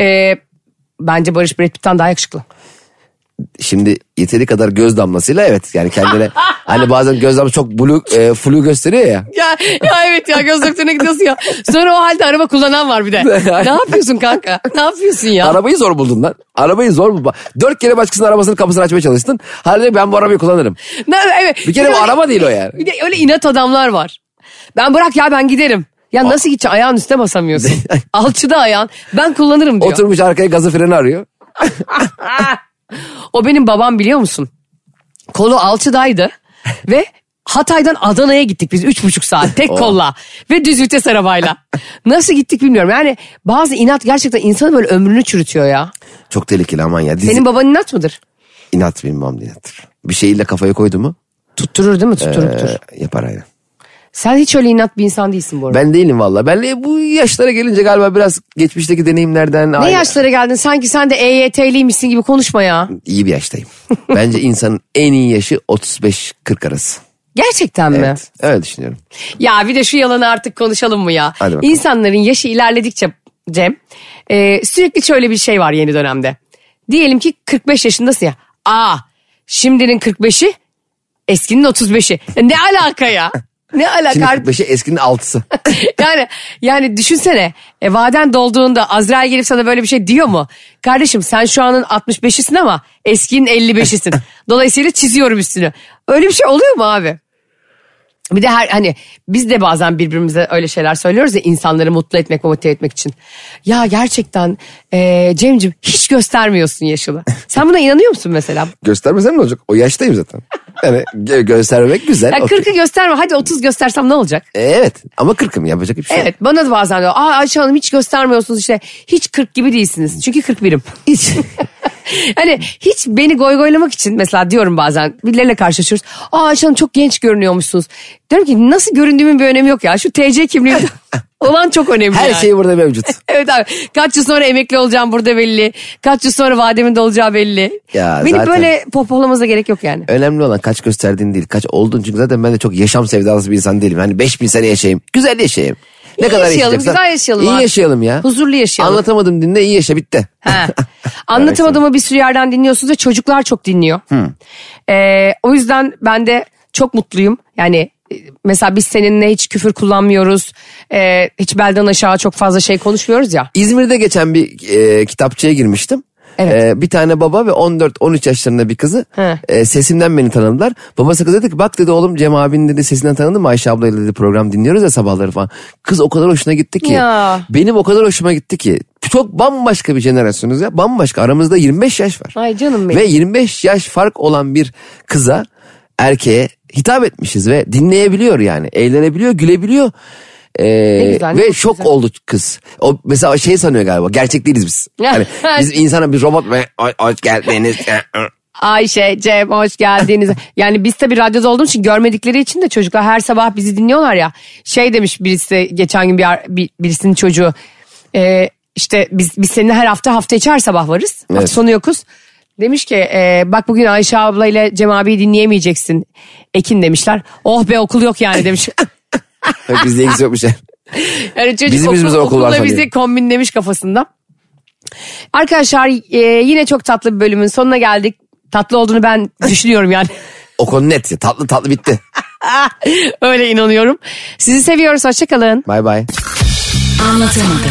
Speaker 2: Ee, bence Barış Brad Pitt'ten daha yakışıklı.
Speaker 3: Şimdi yeteri kadar göz damlasıyla evet yani kendine hani bazen göz damlası çok blue, e, flu gösteriyor ya.
Speaker 2: Ya, ya evet ya göz doktoruna gidiyorsun ya. Sonra o halde araba kullanan var bir [LAUGHS] de. ne yapıyorsun kanka? Ne yapıyorsun ya?
Speaker 3: Arabayı zor buldun lan. Arabayı zor buldun. Dört kere başkasının arabasının kapısını açmaya çalıştın. Halbuki ben bu arabayı kullanırım.
Speaker 2: Ne- evet.
Speaker 3: Bir kere bu
Speaker 2: öyle-
Speaker 3: araba değil o yani.
Speaker 2: Bir de öyle inat adamlar var. Ben bırak ya ben giderim. Ya nasıl gideceksin ayağın üstüne [LAUGHS] basamıyorsun. Alçıda ayağın ben kullanırım diyor.
Speaker 3: Oturmuş arkaya gazı freni arıyor.
Speaker 2: O benim babam biliyor musun? Kolu [LAUGHS] alçıdaydı ve Hatay'dan Adana'ya gittik biz üç buçuk saat tek kolla ve düz vites [LAUGHS] arabayla. Nasıl gittik bilmiyorum yani bazı inat gerçekten insanı böyle ömrünü çürütüyor ya.
Speaker 3: Çok tehlikeli aman ya. Dizi,
Speaker 2: Senin baban inat mıdır?
Speaker 3: inat benim babam da inattır. Bir şeyle kafaya koydu mu
Speaker 2: Tutturur değil mi? Tutturur
Speaker 3: e,
Speaker 2: tutturur.
Speaker 3: yapar aynen.
Speaker 2: Ee, Sen hiç öyle inat bir insan değilsin bu arada.
Speaker 3: Ben değilim valla. Ben de bu yaşlara gelince galiba biraz geçmişteki deneyimlerden...
Speaker 2: ne
Speaker 3: aile-
Speaker 2: yaşlara geldin sanki sen de EYT'liymişsin gibi konuşma ya.
Speaker 3: İyi bir yaştayım. Bence insanın en iyi yaşı 35-40 arası.
Speaker 2: Gerçekten mi?
Speaker 3: Evet. Öyle düşünüyorum.
Speaker 2: Ya bir de şu yalanı artık konuşalım mı ya?
Speaker 3: Hadi bakalım.
Speaker 2: İnsanların yaşı ilerledikçe Cem e, sürekli şöyle bir şey var yeni dönemde. Diyelim ki 45 yaşındasın ya. Aa şimdinin 45'i eskinin 35'i. Ya Ne alaka ya? Ne
Speaker 3: Şimdi
Speaker 2: alaka?
Speaker 3: 45'i eskinin [LAUGHS] 6'sı.
Speaker 2: yani yani düşünsene e, vaden dolduğunda Azrail gelip sana böyle bir şey diyor mu? Kardeşim sen şu anın 65'isin ama eskinin 55'isin. Dolayısıyla çiziyorum üstünü. Öyle bir şey oluyor mu abi? Bir de her hani biz de bazen birbirimize öyle şeyler söylüyoruz ya insanları mutlu etmek, motive etmek için. Ya gerçekten e, Cem'cim hiç göstermiyorsun yaşını. Sen buna inanıyor musun mesela?
Speaker 3: Göstermesem ne olacak? O yaştayım zaten. Yani gö- göstermek güzel.
Speaker 2: Ya
Speaker 3: [LAUGHS] okey.
Speaker 2: 40'ı gösterme hadi 30 göstersem ne olacak?
Speaker 3: E, Evet ama 40'ım yapacak hiçbir şey yok.
Speaker 2: Evet bana da bazen diyor. Aa Ayşe Hanım hiç göstermiyorsunuz işte. Hiç 40 gibi değilsiniz. Çünkü
Speaker 3: [LAUGHS]
Speaker 2: 41'im. Hiç. [LAUGHS] hani hiç beni goygoylamak için mesela diyorum bazen birileriyle karşılaşıyoruz. Aa Ayşe Hanım çok genç görünüyormuşsunuz. Diyorum ki nasıl göründüğümün bir önemi yok ya. Şu TC kimliği
Speaker 3: [LAUGHS]
Speaker 2: olan çok önemli
Speaker 3: Her
Speaker 2: yani.
Speaker 3: şey burada mevcut.
Speaker 2: Evet abi kaç yıl sonra emekli olacağım burada belli. Kaç yıl sonra vademin de olacağı belli.
Speaker 3: Ya
Speaker 2: Beni
Speaker 3: zaten-
Speaker 2: böyle pohpohlamanıza gerek yok yani.
Speaker 3: Önemli olan kaç gösterdiğin değil kaç oldun. Çünkü zaten ben de çok yaşam sevdalısı bir insan değilim. Hani 5000 sene yaşayayım. Güzel yaşayayım. Ne
Speaker 2: İyi
Speaker 3: kadar
Speaker 2: yaşayalım,
Speaker 3: yaşayacaksan
Speaker 2: güzel yaşayalım
Speaker 3: İyi
Speaker 2: abi.
Speaker 3: yaşayalım ya.
Speaker 2: Huzurlu yaşayalım.
Speaker 3: Anlatamadım dinle iyi yaşa bitti.
Speaker 2: He. Anlatamadığımı bir sürü yerden dinliyorsunuz ve çocuklar çok dinliyor. Ee, o yüzden ben de çok mutluyum. Yani e, mesela biz seninle hiç küfür kullanmıyoruz. Ee, hiç belden aşağı çok fazla şey konuşmuyoruz ya.
Speaker 3: İzmir'de geçen bir e, kitapçıya girmiştim.
Speaker 2: Evet.
Speaker 3: E, bir tane baba ve 14-13 yaşlarında bir kızı
Speaker 2: He.
Speaker 3: e, sesimden beni tanıdılar. Babası kız dedi ki bak dedi oğlum Cem abinin dedi sesinden tanıdım Ayşe ablayla dedi program dinliyoruz ya sabahları falan. Kız o kadar hoşuna gitti ki.
Speaker 2: Ya.
Speaker 3: Benim o kadar hoşuma gitti ki. Çok bambaşka bir jenerasyonuz ya bambaşka aramızda 25 yaş var.
Speaker 2: Ay canım benim.
Speaker 3: Ve 25 yaş fark olan bir kıza erkeğe hitap etmişiz ve dinleyebiliyor yani eğlenebiliyor gülebiliyor. Ee,
Speaker 2: Ne güzel, ne
Speaker 3: ve
Speaker 2: mutlu
Speaker 3: şok
Speaker 2: bize.
Speaker 3: oldu kız. O mesela şey sanıyor galiba gerçek değiliz biz. Hani biz insana bir robot ve "Hoş- hoş geldiniz. [LAUGHS]
Speaker 2: Ayşe, Cem hoş geldiniz. Yani biz tabii radyoda olduğumuz için görmedikleri için de çocuklar her sabah bizi dinliyorlar ya. Şey demiş birisi geçen gün bir, ar- bir- birisinin çocuğu. e, işte biz, biz seninle her hafta hafta içi her sabah varız. Hafta
Speaker 3: Evet.
Speaker 2: sonu yokuz. Demiş ki e, bak bugün Ayşe abla ile Cem abiyi dinleyemeyeceksin. Ekin demişler. Oh be okul yok yani
Speaker 3: [LAUGHS]
Speaker 2: demiş.
Speaker 3: Bizde ilgisi yok bir şey.
Speaker 2: Yani çocuk
Speaker 3: Bizim
Speaker 2: okul,
Speaker 3: yüzümüzden okul var
Speaker 2: okulla
Speaker 3: sanıyor.
Speaker 2: bizi kombinlemiş kafasında. Arkadaşlar e, yine çok tatlı bir bölümün sonuna geldik. Tatlı olduğunu
Speaker 3: [LAUGHS]
Speaker 2: ben düşünüyorum yani.
Speaker 3: O konu net ya. Tatlı tatlı bitti.
Speaker 2: Öyle inanıyorum. Sizi seviyoruz. Hoşçakalın.
Speaker 3: Bay bay.
Speaker 4: Anlatamadım.